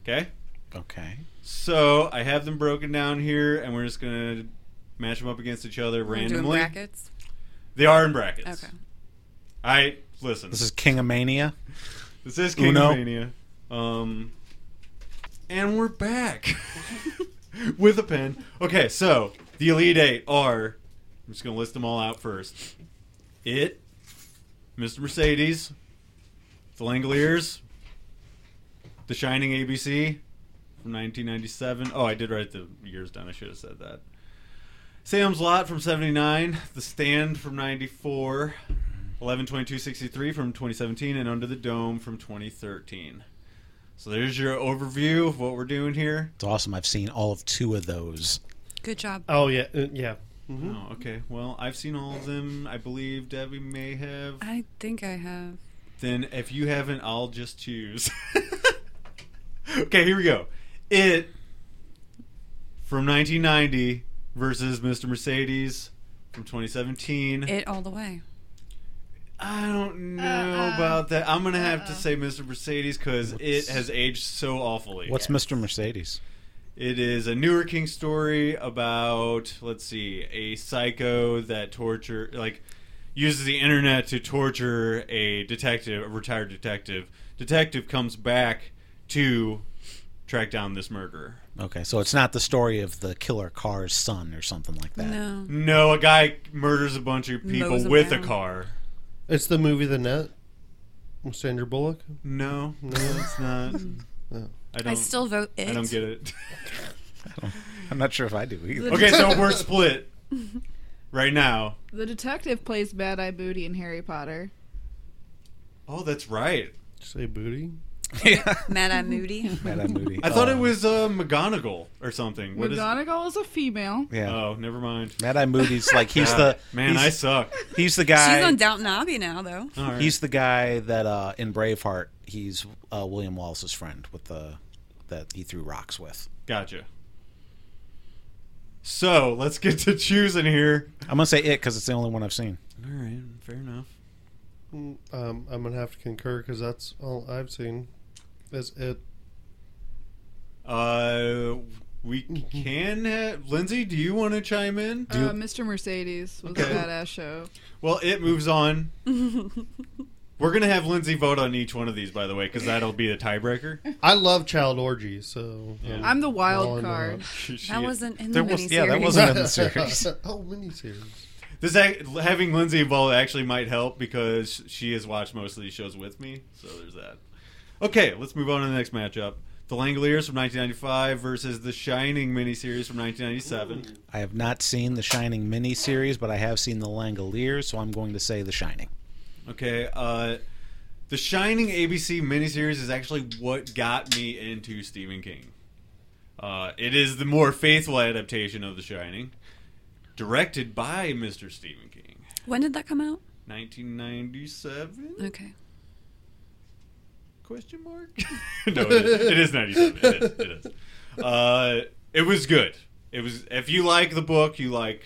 Okay.
Okay.
So I have them broken down here, and we're just gonna match them up against each other
We're doing
randomly.
brackets.
They are in brackets.
Okay.
I listen.
This is King of Mania.
This is King
Uno.
of Mania. Um, and we're back with a pen. Okay, so the Elite Eight are. I'm just gonna list them all out first. It, Mr. Mercedes, The Langoliers, The Shining ABC from 1997. Oh, I did write the years down. I should have said that. Sam's Lot from 79, The Stand from 94, 11 63 from 2017 and Under the Dome from 2013. So there's your overview of what we're doing here.
It's awesome. I've seen all of two of those.
Good job.
Oh yeah, uh, yeah. hmm
Oh, okay. Well, I've seen all of them. I believe Debbie may have.
I think I have.
Then if you haven't, I'll just choose. okay, here we go. It from 1990 versus Mr. Mercedes from 2017.
It all the way.
I don't know
Uh-uh.
about that. I'm going to have to
Uh-uh.
say Mr. Mercedes because it
What's-
has aged so awfully.
What's Mr. Mercedes?
It is a newer King story about, let's see, a psycho that torture, like, uses the internet to torture a detective, a retired detective. Detective comes back to track down this murderer.
Okay, so it's not the story of the killer car's son or something like that.
No.
No, a guy murders a bunch of people
Mows 'em
with
down.
a car.
It's the movie The Net. with Sandra Bullock.
No, no, it's not.
No.
I don't.
I still vote it.
I don't get it.
I'm not sure if I do either.
okay, so we're split right now.
The detective plays Bad Eye Booty in Harry Potter.
Oh, that's right.
Say booty.
Yeah.
Mad Eye Moody.
Mad Eye Moody.
I thought
Oh.
it was uh, McGonagall or something. What is?
McGonagall is a female.
Yeah.
Oh, never mind.
Mad Eye Moody's like he's
God,
the
man. I
He's,
suck.
he's the
She's
guy.
on Downton Abbey now, though.
All right.
He's the guy that uh, in Braveheart he's uh, William Wallace's friend with the that he threw rocks with.
gotcha. So let's get to choosing here.
I'm gonna say it because it's the only one I've seen.
All right, fair enough.
Mm, Um, I'm gonna have to concur because that's all I've seen. Is it?
Uh, we can. Have, Lindsay, do you want to chime in?
Uh, Mr. Mercedes was
Okay.
a badass show.
Well, it moves on. We're gonna have Lindsay vote on each one of these, by the way, because that'll be the tiebreaker.
I love child orgies, so
Yeah.
I'm the
Well,
wild
I'm
card.
not.
She- she-
That wasn't in
There
the
was-
miniseries.
yeah, that wasn't- in the series.
oh, miniseries.
This act, having Lindsay involved actually might help because she has watched most of these shows with me. So there's that. Okay, let's move on to the next matchup: The Langoliers from 1995 versus The Shining miniseries from 1997.
I have not seen the Shining miniseries, but I have seen the Langoliers, so I'm going to say the Shining.
Okay, uh, The Shining ABC miniseries is actually what got me into Stephen King. Uh, it is the more faithful adaptation of The Shining, directed by Mr. Stephen King,
When did that come out?
1997.
Okay.
Question mark? no, it is, it is 97. It is. It is. Uh, it was good. It was. If you like the book, you like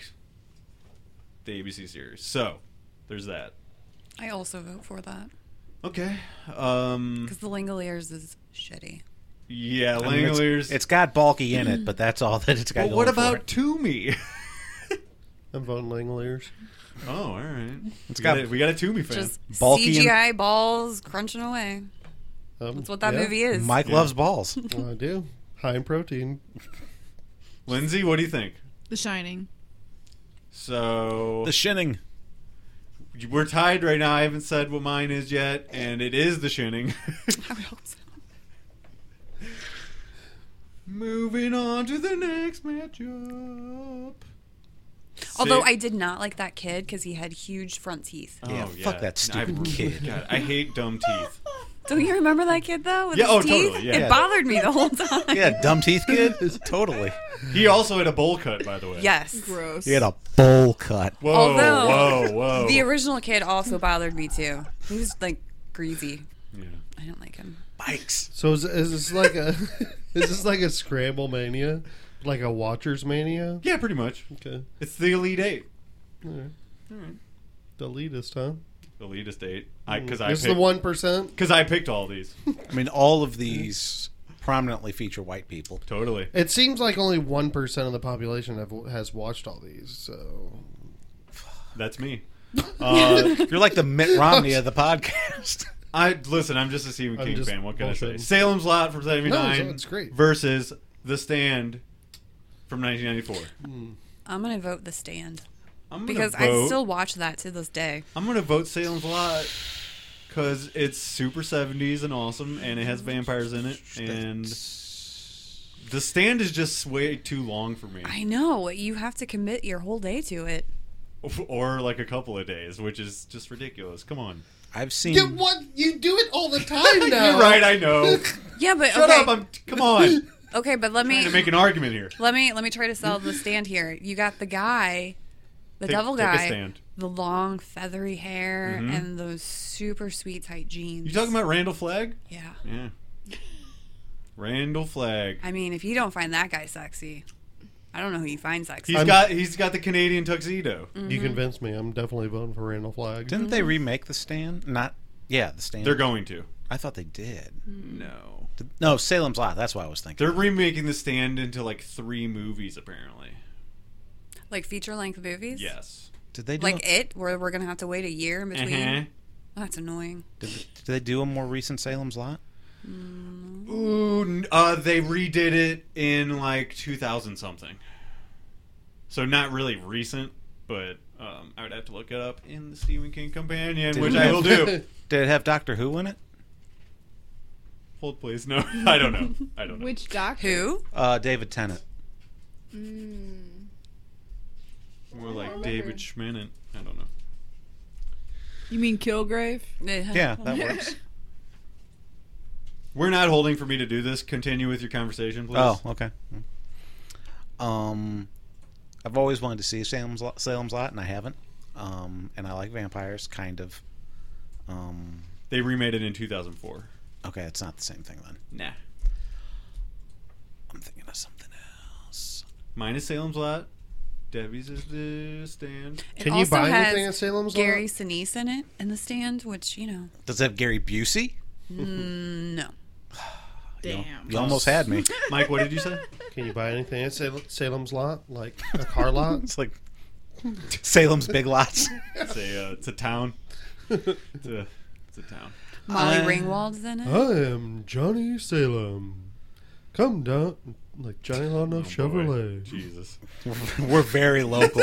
the ABC series. So there's that.
I also vote for that
Okay. Um.
because the Langoliers is shitty.
Yeah,
I mean, it's-
Langoliers.
it's got bulky in it, but that's all that it's got.
But what
going for
about
it.
Toomey?
I'm voting Langoliers.
oh, all right.
It's
We
got-
got a, we got a Toomey fan.
Just
Bulky and-
CGI balls crunching away.
Um,
That's what that
yeah,
movie is.
Mike
Yeah.
loves balls.
I do. High in protein.
Lindsay, what do you think?
The Shining.
So
the Shining.
we're tied right now. I haven't said what mine is yet, and it is the Shining.
I would hope so.
Moving on to the next matchup.
Although
Sa-
I did not like that kid because he had huge front teeth.
Oh,
Yeah, fuck that stupid
I,
kid.
God, I hate dumb teeth.
Don't you remember that kid though? With
Yeah,
his
oh,
teeth?
totally, yeah.
It bothered me the whole time.
Yeah, dumb teeth kid. totally.
He also had a bowl cut, by the way.
Yes.
Gross.
He had a bowl cut.
Whoa,
Although-
whoa, whoa.
The original kid also bothered me too. He was like greasy.
yeah.
I don't like him.
Bikes.
So is, is this like a is this like a scramble mania, like a Watchers mania?
yeah, pretty much.
Okay,
It's the Elite Eight.
all right, delete us, huh?
Elitist Eight. Because I,
This is Mm, the
picked-
one percent.
'cause I picked all these.
I mean, all of these prominently feature white people.
totally.
It seems like only one percent of the population have, has watched all these. So
That's me. Uh,
You're like the Mitt Romney of the podcast.
I listen. I'm just a Stephen
I'm
King
just
fan. What can I say?
bullshitting.
Salem's Lot from '79
No, it's- it's great.
versus The Stand from 1994.
I'm gonna vote the stand.
I'm gonna
Because
vote-
I still watch that to this day.
I'm gonna vote Salem's Lot because it's super 70s and awesome, and it has vampires in it, and The Stand is just way too long for me,
I know. You have to commit your whole day to it.
or like a couple of days, which is just ridiculous. Come on,
I've seen.
you what you do it all the time now.
you're right. I know.
Yeah, but
Shut
okay.
up. I'm. Come on.
okay, but let me
to make an argument here.
let me let me try to sell the stand here. You got the guy, the
Take-
devil
take a
guy,
stand. Mm-hmm.
the long feathery hair and those super sweet tight jeans.
You talking about Randall Flagg?
Yeah.
Yeah. Randall Flagg.
I mean, if you don't find that guy sexy, I don't know who you find sexy.
He's got he's got the Canadian tuxedo.
You
Mm-hmm.
convinced me. I'm definitely voting for Randall Flagg.
Didn't they remake the stand? Not. Yeah, the stand.
They're going to.
I thought they did.
No.
Did- No, Salem's Lot. That's what I was thinking.
They're remaking the stand into like three movies apparently.
like feature length movies?
Yes.
Did they do?
Like
a,
it, where we're going to have to wait a year in between? Oh,
Uh-huh.
That's annoying.
did, did they do a more recent Salem's Lot?
Ooh, n- uh, they redid it in like 2000 something. So not really recent, but um, I would have to look it up in the Stephen King Companion,
Did
which
it
I
have-
will do.
Did it have Doctor Who in it?
Hold please. No, I don't know. I don't know.
Which doctor?
Who?
Uh, David Tennant.
Mm.
More like David Schmenin. I don't know.
You mean Kilgrave?
Oh.
Yeah, that works.
We're not holding for me to do this. Continue with your conversation, please.
Oh, okay. Um, I've always wanted to see Salem's Lot, Salem's Lot, and I haven't. Um, and I like vampires, kind of. Um,
They remade it in 2004.
okay, it's not the same thing then.
Nah.
I'm thinking of something else.
Mine is Salem's Lot. Debbie's is the stand.
It
Can you
also
buy
has
anything at Salem's Lot?
Gary Sinise in it in the stand, which you know,
Does it have Gary Busey?
no.
You al-
Damn.
You, almost had me.
Mike, what did you say?
Can you buy anything at Salem, Salem's lot? Like a car lot?
It's like Salem's Big Lots.
It's a, uh, it's a town. It's a, it's a town.
Molly
Uh,
Ringwald's in it.
I am Johnny Salem. Come down, like Johnny Lawno
Oh, boy.
Chevrolet.
Jesus.
We're very local.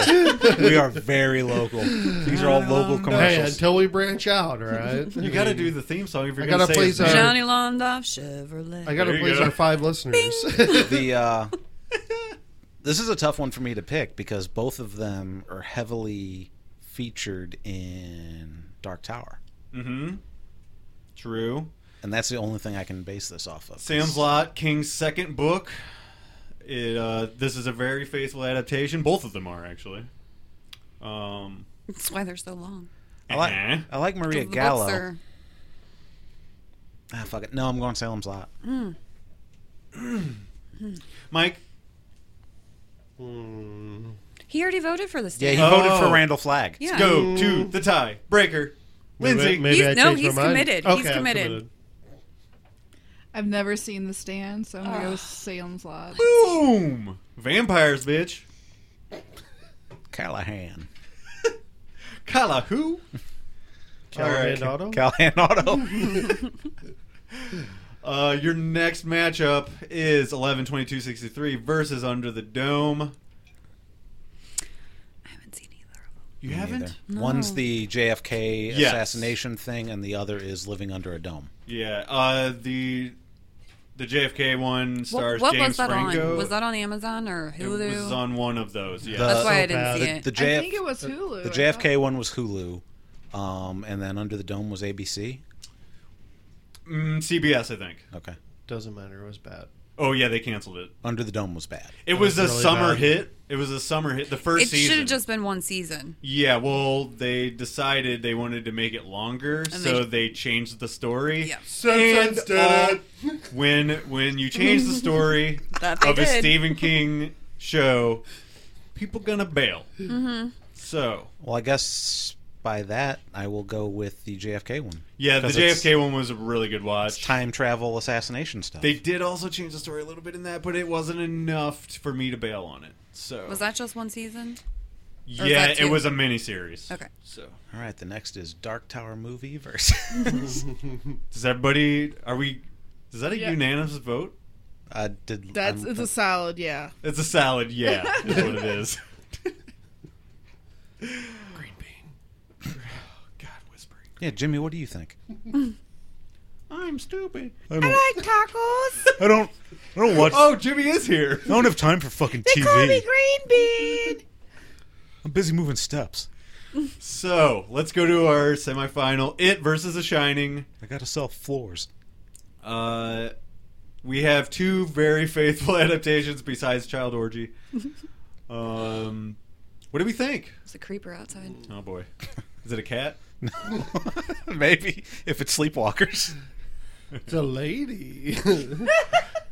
we are very local. These are all local
Hey,
commercials.
until we branch out, all right?
You got to do the theme song if you're
I
going to
gotta
say
play
his
some-
name.
Johnny Londoff Chevrolet.
I got to
There you
please
go.
our five listeners.
the uh, this is a tough one for me to pick because both of them are heavily featured in Dark Tower,
Mm-hmm. True.
and that's the only thing I can base this off of.
Sam's Lot, King's second book. It uh, this is a very faithful adaptation. Both of them are actually. Um,
That's why they're so long.
I like,
eh.
I like Maria
The books
Gallo.
are-
Ah, fuck it. No, I'm going Salem's Lot.
Mike.
Hmm.
He already voted for the
Yeah,
stand.
he
Oh.
voted for Randall Flagg.
Yeah.
Go to the tie breaker.
Maybe-
Lindsay.
maybe
He's-
I
no,
changed
he's
my mind.
committed. He's
Okay, I'm
committed.
I've never seen the stand, so I'm gonna go Salem's Lot.
Boom. Vampires, bitch.
Callahan.
Kala who?
Callahan
All right.
Auto?
Callahan Auto.
Uh, your next matchup is 11-22-63 versus Under the Dome.
I haven't seen either of them.
You
Me
haven't?
neither. One's the JFK
Yes.
assassination thing, and the other is living under a dome.
Yeah. Uh, the the JFK one
What,
stars
what
James
was that
Franco.
on? Was that on Amazon or
It
Hulu?
was on uh, one of those. Yeah.
That's
Uh,
why I
so
didn't
bad.
see
The-
it.
The
I
JF,
think it was Hulu.
the
I
JFK one was Hulu, um, and then Under the Dome was ABC.
Mm, CBS, I think.
Okay.
Doesn't matter. It was bad.
Oh yeah, they canceled it.
Under the Dome was bad.
It
That
was,
was
a
really
summer
bad.
hit. It was a summer hit. The first
It should
season.
have just been one season.
Yeah, well, they decided they wanted to make it longer, so they, changed the story.
Yeah.
And all- when when you change the story
That they
of a
did.
Stephen King show, people gonna bail. Mm-hmm. So
Well, I guess by that I will go with the JFK one.
yeah, the
'Cause it's-
JFK one was a really good
It's
watch.
time travel assassination stuff.
They did also change the story a little bit in that, but it wasn't enough t- for me to bail on it. So
Was that just one season? or was
Yeah,
that
it
two?
was a miniseries.
Okay.
So
All right, the next is Dark Tower movie versus.
does everybody? Are we? Is that a
Yeah.
unanimous vote?
I did.
That's
I'm-
it's a solid, yeah.
It's a salad. Yeah, is what it is.
Green bean.
God whispering.
yeah, Jimmy. What do you think?
I'm stupid.
I don't.
like tacos.
I don't. I don't watch.
Oh, Jimmy is here.
I don't have time for fucking
Green Bean.
I'm busy moving steps.
So let's go to our semifinal. It versus The Shining.
I gotta sell floors.
Uh, we have two very faithful adaptations besides Child Orgy. Um, what do we think?
There's a creeper outside.
Oh boy, is it a cat?
Maybe if it's Sleepwalkers.
It's a lady.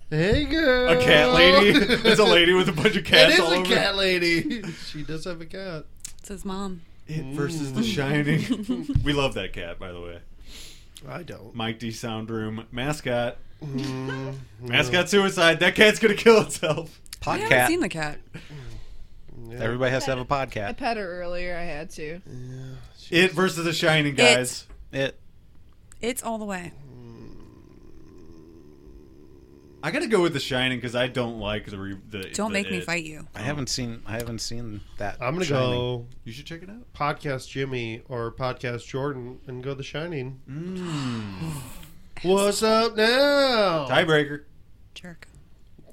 hey, girl.
A cat lady? It's a lady with a bunch of
It
cats
is
all
a
over.
cat lady. She does have a cat.
It's his mom.
It versus The Shining. we love that cat, by the way.
I don't.
Mike D. Soundroom mascot.
Mm,
Mascot suicide. That cat's gonna kill itself.
I
Podcat.
haven't seen the cat.
yeah.
Everybody has to have a
I
podcast.
pet her earlier. I had to.
Yeah.
It versus The Shining, guys.
It.
It's all the way.
I gotta go with The Shining because I don't like the. Re- the
Don't
the
make me
It.
fight you.
I haven't seen. I haven't seen that.
I'm gonna
Shining.
go
You should check it out.
podcast Jimmy or podcast Jordan and go The Shining.
Mm.
What's up now?
Tiebreaker.
Jerk.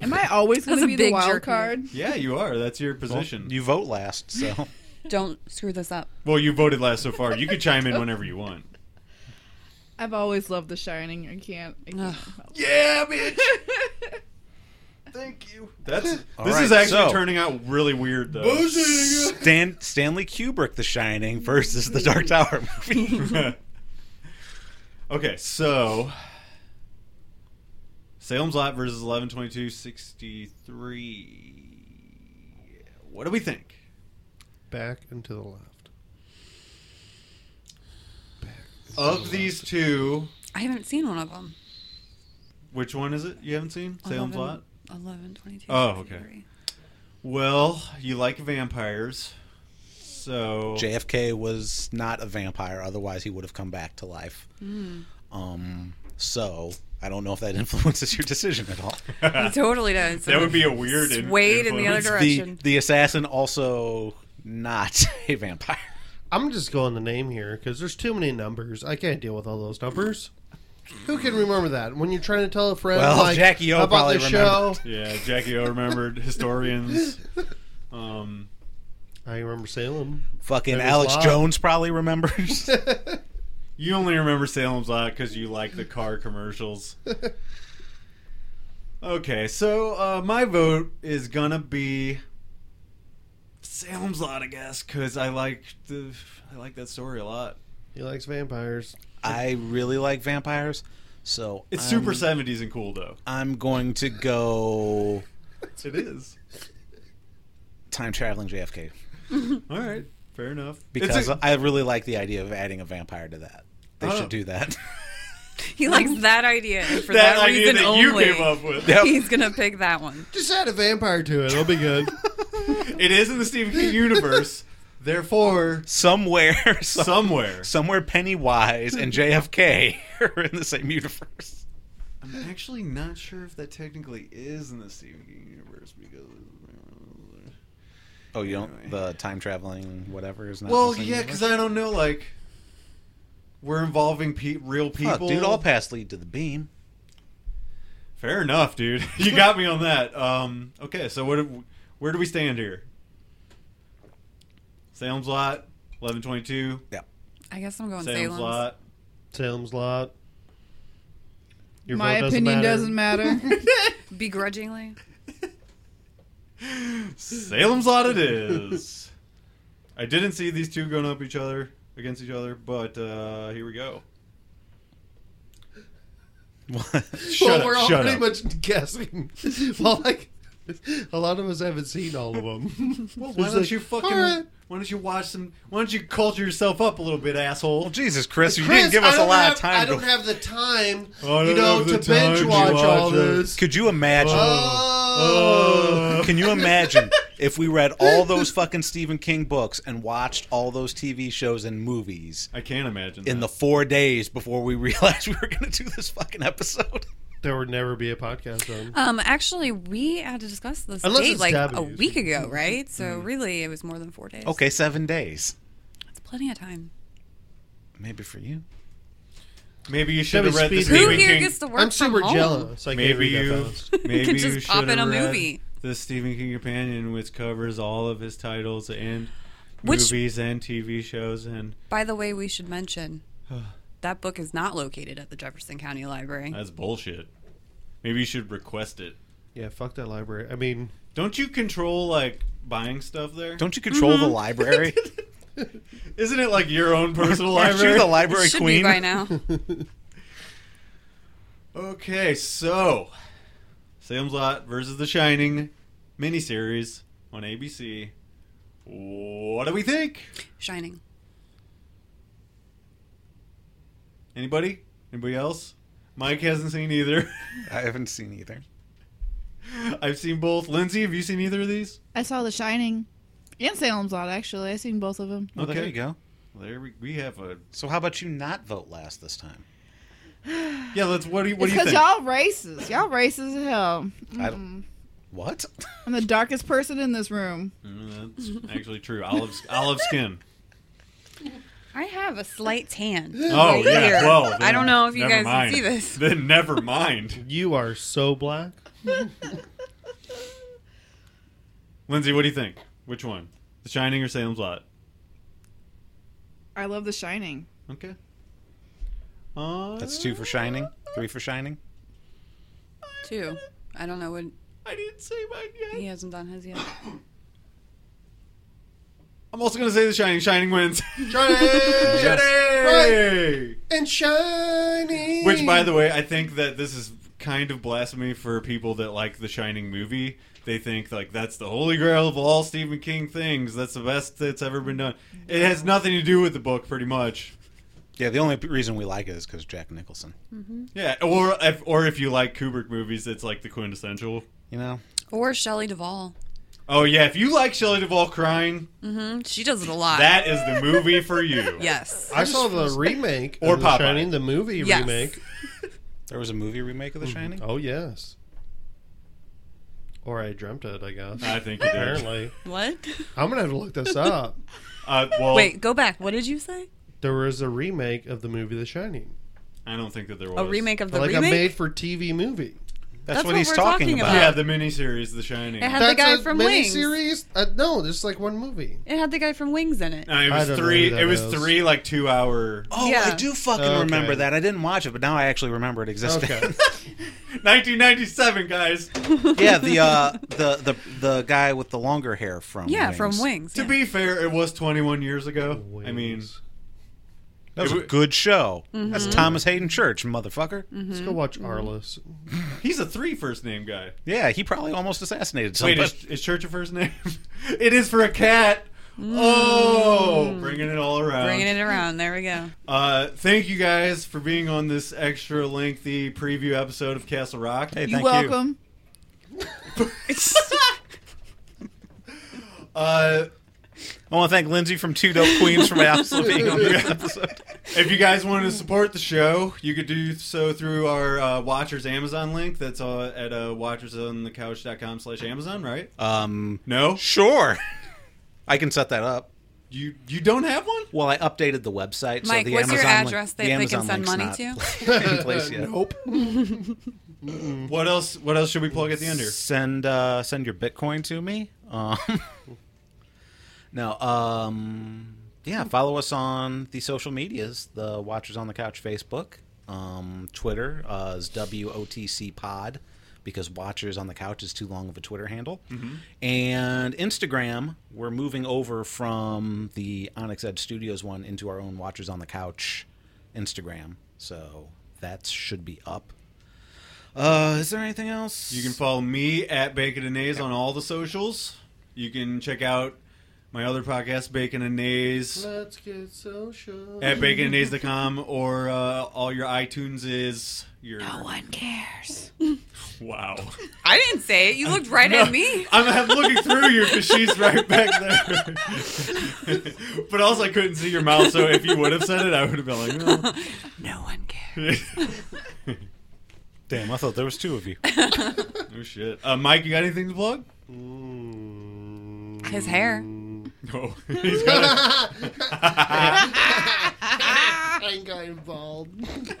Am I always
That's
going
a
to be the
big
wild
jerk move.
card?
Yeah, you are. That's your position.
You vote last, so
Don't screw this up.
well, you voted last so far. You could chime in whenever you want.
I've always loved The Shining. I can't. I can't help
Yeah, bitch.
it.
Thank you. That's
All
this is
right,
actually
so-
turning out really weird though.
Stan Stanley Kubrick, The Shining versus the Dark Tower movie.
okay, so Salem's Lot versus eleven twenty two sixty three. What do we think?
Back and to the left.
Of these two,
I haven't seen one of them.
which one is it you haven't seen? Salem's Lot.
11, 22.
Oh, okay. 63. Well, you like vampires, so
JFK was not a vampire, otherwise he would have come back to life.
Hmm.
Um, so I don't know if that influences your decision at all.
He totally does.
that would be a weird in-
Swayed in the other
influence.
the
direction.
the assassin also not a vampire.
I'm just going the name here because there's too many numbers. I can't deal with all those numbers. Who can remember that? When you're trying to tell a friend,
Well,
like,
Jackie O
about
probably
the show.
remembered.
Yeah, Jackie O remembered historians. Um,
I remember Salem.
Fucking
That is
Alex
wild.
Jones probably remembers.
you only remember Salem's Lot because you like the car commercials. Okay, so uh, my vote is gonna be Salem's Lot, I guess, because I like the I like that story a lot.
he likes vampires.
I really like vampires, so
It's
I'm-
super seventies and cool though.
I'm going to go
It is.
time traveling JFK
All right, fair enough.
because
it's a-
I really like the idea of adding a vampire to that. They
Oh.
should do that.
he likes that idea. and For
that,
that,
idea
reason
that
only,
you came up with.
Yep.
he's going to pick that one.
Just add a vampire to it. It'll be good.
It is in the Stephen King universe, therefore,
somewhere, some-
somewhere.
somewhere Pennywise and JFK are in the same universe.
I'm actually not sure if that technically is in the Stephen King universe because.
Oh, you don't the time traveling whatever is not.
Well,
the same
yeah,
universe?
because I don't know, like, we're involving pe- real people.
Fuck, dude, all paths lead to the beam.
Fair enough, dude. you got me on that. Um, okay, so what? Where do we stand here? Salem's Lot, eleven twenty-two.
I guess I'm going
Salem's
Salem's.
Lot.
Salem's Lot. Your
My
vote
opinion
matter.
doesn't matter.
Begrudgingly.
Salem's Lot it is. I didn't see these two going up each other against each other, but uh, here we go.
Well,
Shut up,
we're all
shut
pretty
up.
much guessing. well, like a lot of us haven't seen all of them.
Well, why
There's
don't
like,
you fucking?
"All right."
Why don't you watch some? Why don't you culture yourself up a little bit, asshole?
Oh, Jesus, Chris, you
Chris,
didn't give us
I
a
don't
lot
have,
of time.
I don't
to-
have the time,
don't
you know,
have the
to
time
binge
to
watch,
watch
all
it.
this.
Could you imagine?
Oh.
Can you imagine if we read all those fucking Stephen King books and watched all those TV shows and movies
I can't imagine.
in the
that.
four days before we realized we were going to do this fucking episode?
There would never be a podcast on.
Um, actually, we had to discuss this
Unless
date
it's Mm-hmm.
like a
W's.
week ago, right? So really, it was more than four days.
Okay, seven days.
that's plenty of time.
Maybe for you.
maybe you should have
Maybe
read the
speed reading.
Who
Stephen
here
King.
gets to work
I'm
from
super
home?
jealous. I
maybe
can't read that
you.
fast.
Maybe
could just
you
pop
should
in a
have read
movie.
The Stephen King Companion, which covers all of his titles and
Which-
movies and TV shows and
By the way, we should mention that book is not located at the Jefferson County Library.
that's bullshit. Maybe you should request it.
Yeah, fuck that library. I mean,
Don't you control like buying stuff there?
Don't you control
Mm-hmm.
the library?
Isn't it like your own personal
Aren't you
library?
the library
should
queen?
be by now.
okay, so Salem's Lot versus The Shining miniseries on ABC. What do we think?
Shining.
Anybody? Anybody else? Mike hasn't seen either.
I haven't seen either.
I've seen both. Lindsay, have you seen either of these?
I saw The Shining and Salem's Lot. Actually, I seen both of them.
Well,
Okay.
there you go.
There we, we have a
So how about you not vote last this time?
yeah. Let's what do you what do you
because
think?
y'all racist. Y'all racist as hell.
I don't- What?
I'm the darkest person in this room.
Mm, that's actually true. Olive olive skin.
I have a slight tan.
Oh
right
yeah.
here.
Well,
I
then
don't know if you
never
guys
mind.
can see this.
Then never mind.
you are so black.
Lindsay, what do you think? Which one? The Shining or Salem's Lot?
I love The Shining.
Okay. Uh,
That's two for Shining, three for Shining.
Two. I don't know when
I didn't say mine yet.
he hasn't done his yet.
I'm also gonna say The Shining. Shining wins.
Shining!
Shining!
and shining.
Which, by the way, I think that this is kind of blasphemy for people that like The Shining movie. They think like that's the holy grail of all Stephen King things. That's the best that's ever been done. It has nothing to do with the book, pretty much.
Yeah, the only p- reason we like it is because Jack Nicholson.
Yeah, or if, or if you like Kubrick movies, it's like the quintessential.
You know,
Or Shelley Duvall.
Oh yeah, if you like Shelley Duvall crying,
hmm She does it a lot.
that is the movie for you.
yes.
I saw the remake
Or
of the
Popeye.
Shining, the movie
Yes.
remake.
there was a movie remake of The Shining.
Oh yes. Or I dreamt it, I guess.
I think you did.
Apparently,
What?
I'm gonna have to look this up.
Uh, well,
Wait, go back. What did you say?
There was a remake of the movie The Shining,
I don't think that there was
A remake of the
like
remake.
a made-for-TV movie.
That's,
That's
what,
what
he's
we're
talking,
talking
about.
Uh, Yeah, the miniseries The Shining.
uh, It had
That's
the guy
a
from Wings.
miniseries? Uh, no, there's like one movie.
It had the guy from Wings in it.
No, Uh, it
I
was
don't know who
three.
that
It was
is.
three like two hour.
Oh,
Yeah.
I do fucking
Okay.
remember that. I didn't watch it, but now I actually remember it existed.
Okay.
1997, guys.
yeah, the uh, the the the guy with the longer hair from
yeah,
Wings.
from Wings.
To
yeah.
be fair, it was 21 years ago. I mean,
Wings.
That was
It
a
w-
good show. That's Thomas Hayden Church, motherfucker.
Mm-hmm.
let's go watch Arliss.
he's a three first name guy.
Yeah, he probably almost assassinated
Wait,
somebody.
is, is Church a first name? it is for a cat. Oh, bringing it all around.
Mm. Bringing it around. There we go.
Uh, thank you guys for being on this extra lengthy preview episode of Castle Rock.
Hey,
You
thank
welcome.
Uh,
I want to thank Lindsay from Two Dope Queens from Alice for being on the episode.
If you guys want to support the show, you could do so through our uh, Watchers Amazon link. That's uh, at uh, watchersonthecouch.com slash Amazon, right?
Um,
No?
sure, I can set that up.
You you don't have one?
Well, I updated the website.
Mike,
so the
what's your
Amazon link-
address that
the
they can send
Amazon
money
link's
to?
not in place yet.
Nope.
What else What else should we plug at the end here?
Send uh, send your Bitcoin to me. Um, no, um, yeah, follow us on the social medias: the Watchers on the Couch Facebook, um, Twitter uh, is WOTC Pod because Watchers on the Couch is too long of a Twitter handle,
Mm-hmm.
and Instagram. We're moving over from the Onyx Edge Studios one into our own Watchers on the Couch Instagram. So that should be up. Uh, is there anything else?
You can follow me at Bacon and Nays on all the socials. You can check out my other podcast, Bacon and Nays,
Let's get social.
at baconandnays.com or uh, all your iTunes is your.
No one cares.
Wow.
I didn't say it. You looked right at me.
I'm, I'm looking through you because she's right back there. but also, I couldn't see your mouth, so if you would have said it, I would have been like, "Oh."
No one cares.
no.
Damn, I thought there was two of you.
oh, shit. Uh, Mike, you got anything to plug?
Hmm.
His hair.
No. He's got
I got involved.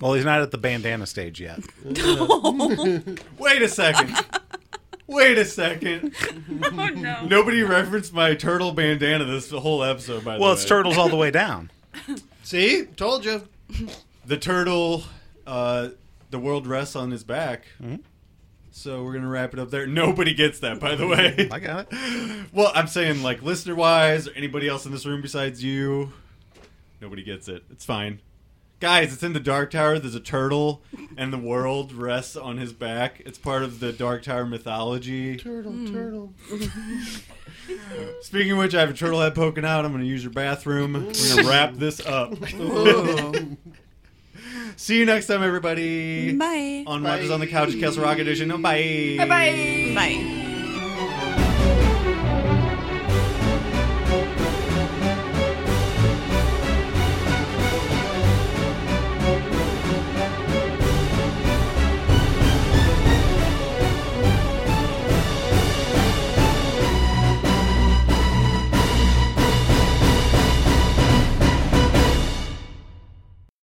Well, he's not at the bandana stage yet.
a- Wait a second. Wait a second.
Oh no.
Nobody referenced my turtle bandana this whole episode, by the way.
Well, it's turtles all the way down.
See, told you.
The turtle, uh, the world rests on his back.
Mm-hmm.
So we're going to wrap it up there. Nobody gets that, by the way.
I got it.
Well, I'm saying like listener wise or anybody else in this room besides you, nobody gets it. It's fine. Guys, it's in the Dark Tower. There's a turtle, and the world rests on his back. It's part of the Dark Tower mythology.
Turtle,
Hmm.
turtle.
Speaking of which, I have a turtle head poking out. I'm going to use your bathroom. We're going to wrap this up. See you next time, everybody.
Bye.
On Watchers on the Couch, Castle Rock Edition. Bye.
Bye.
Bye.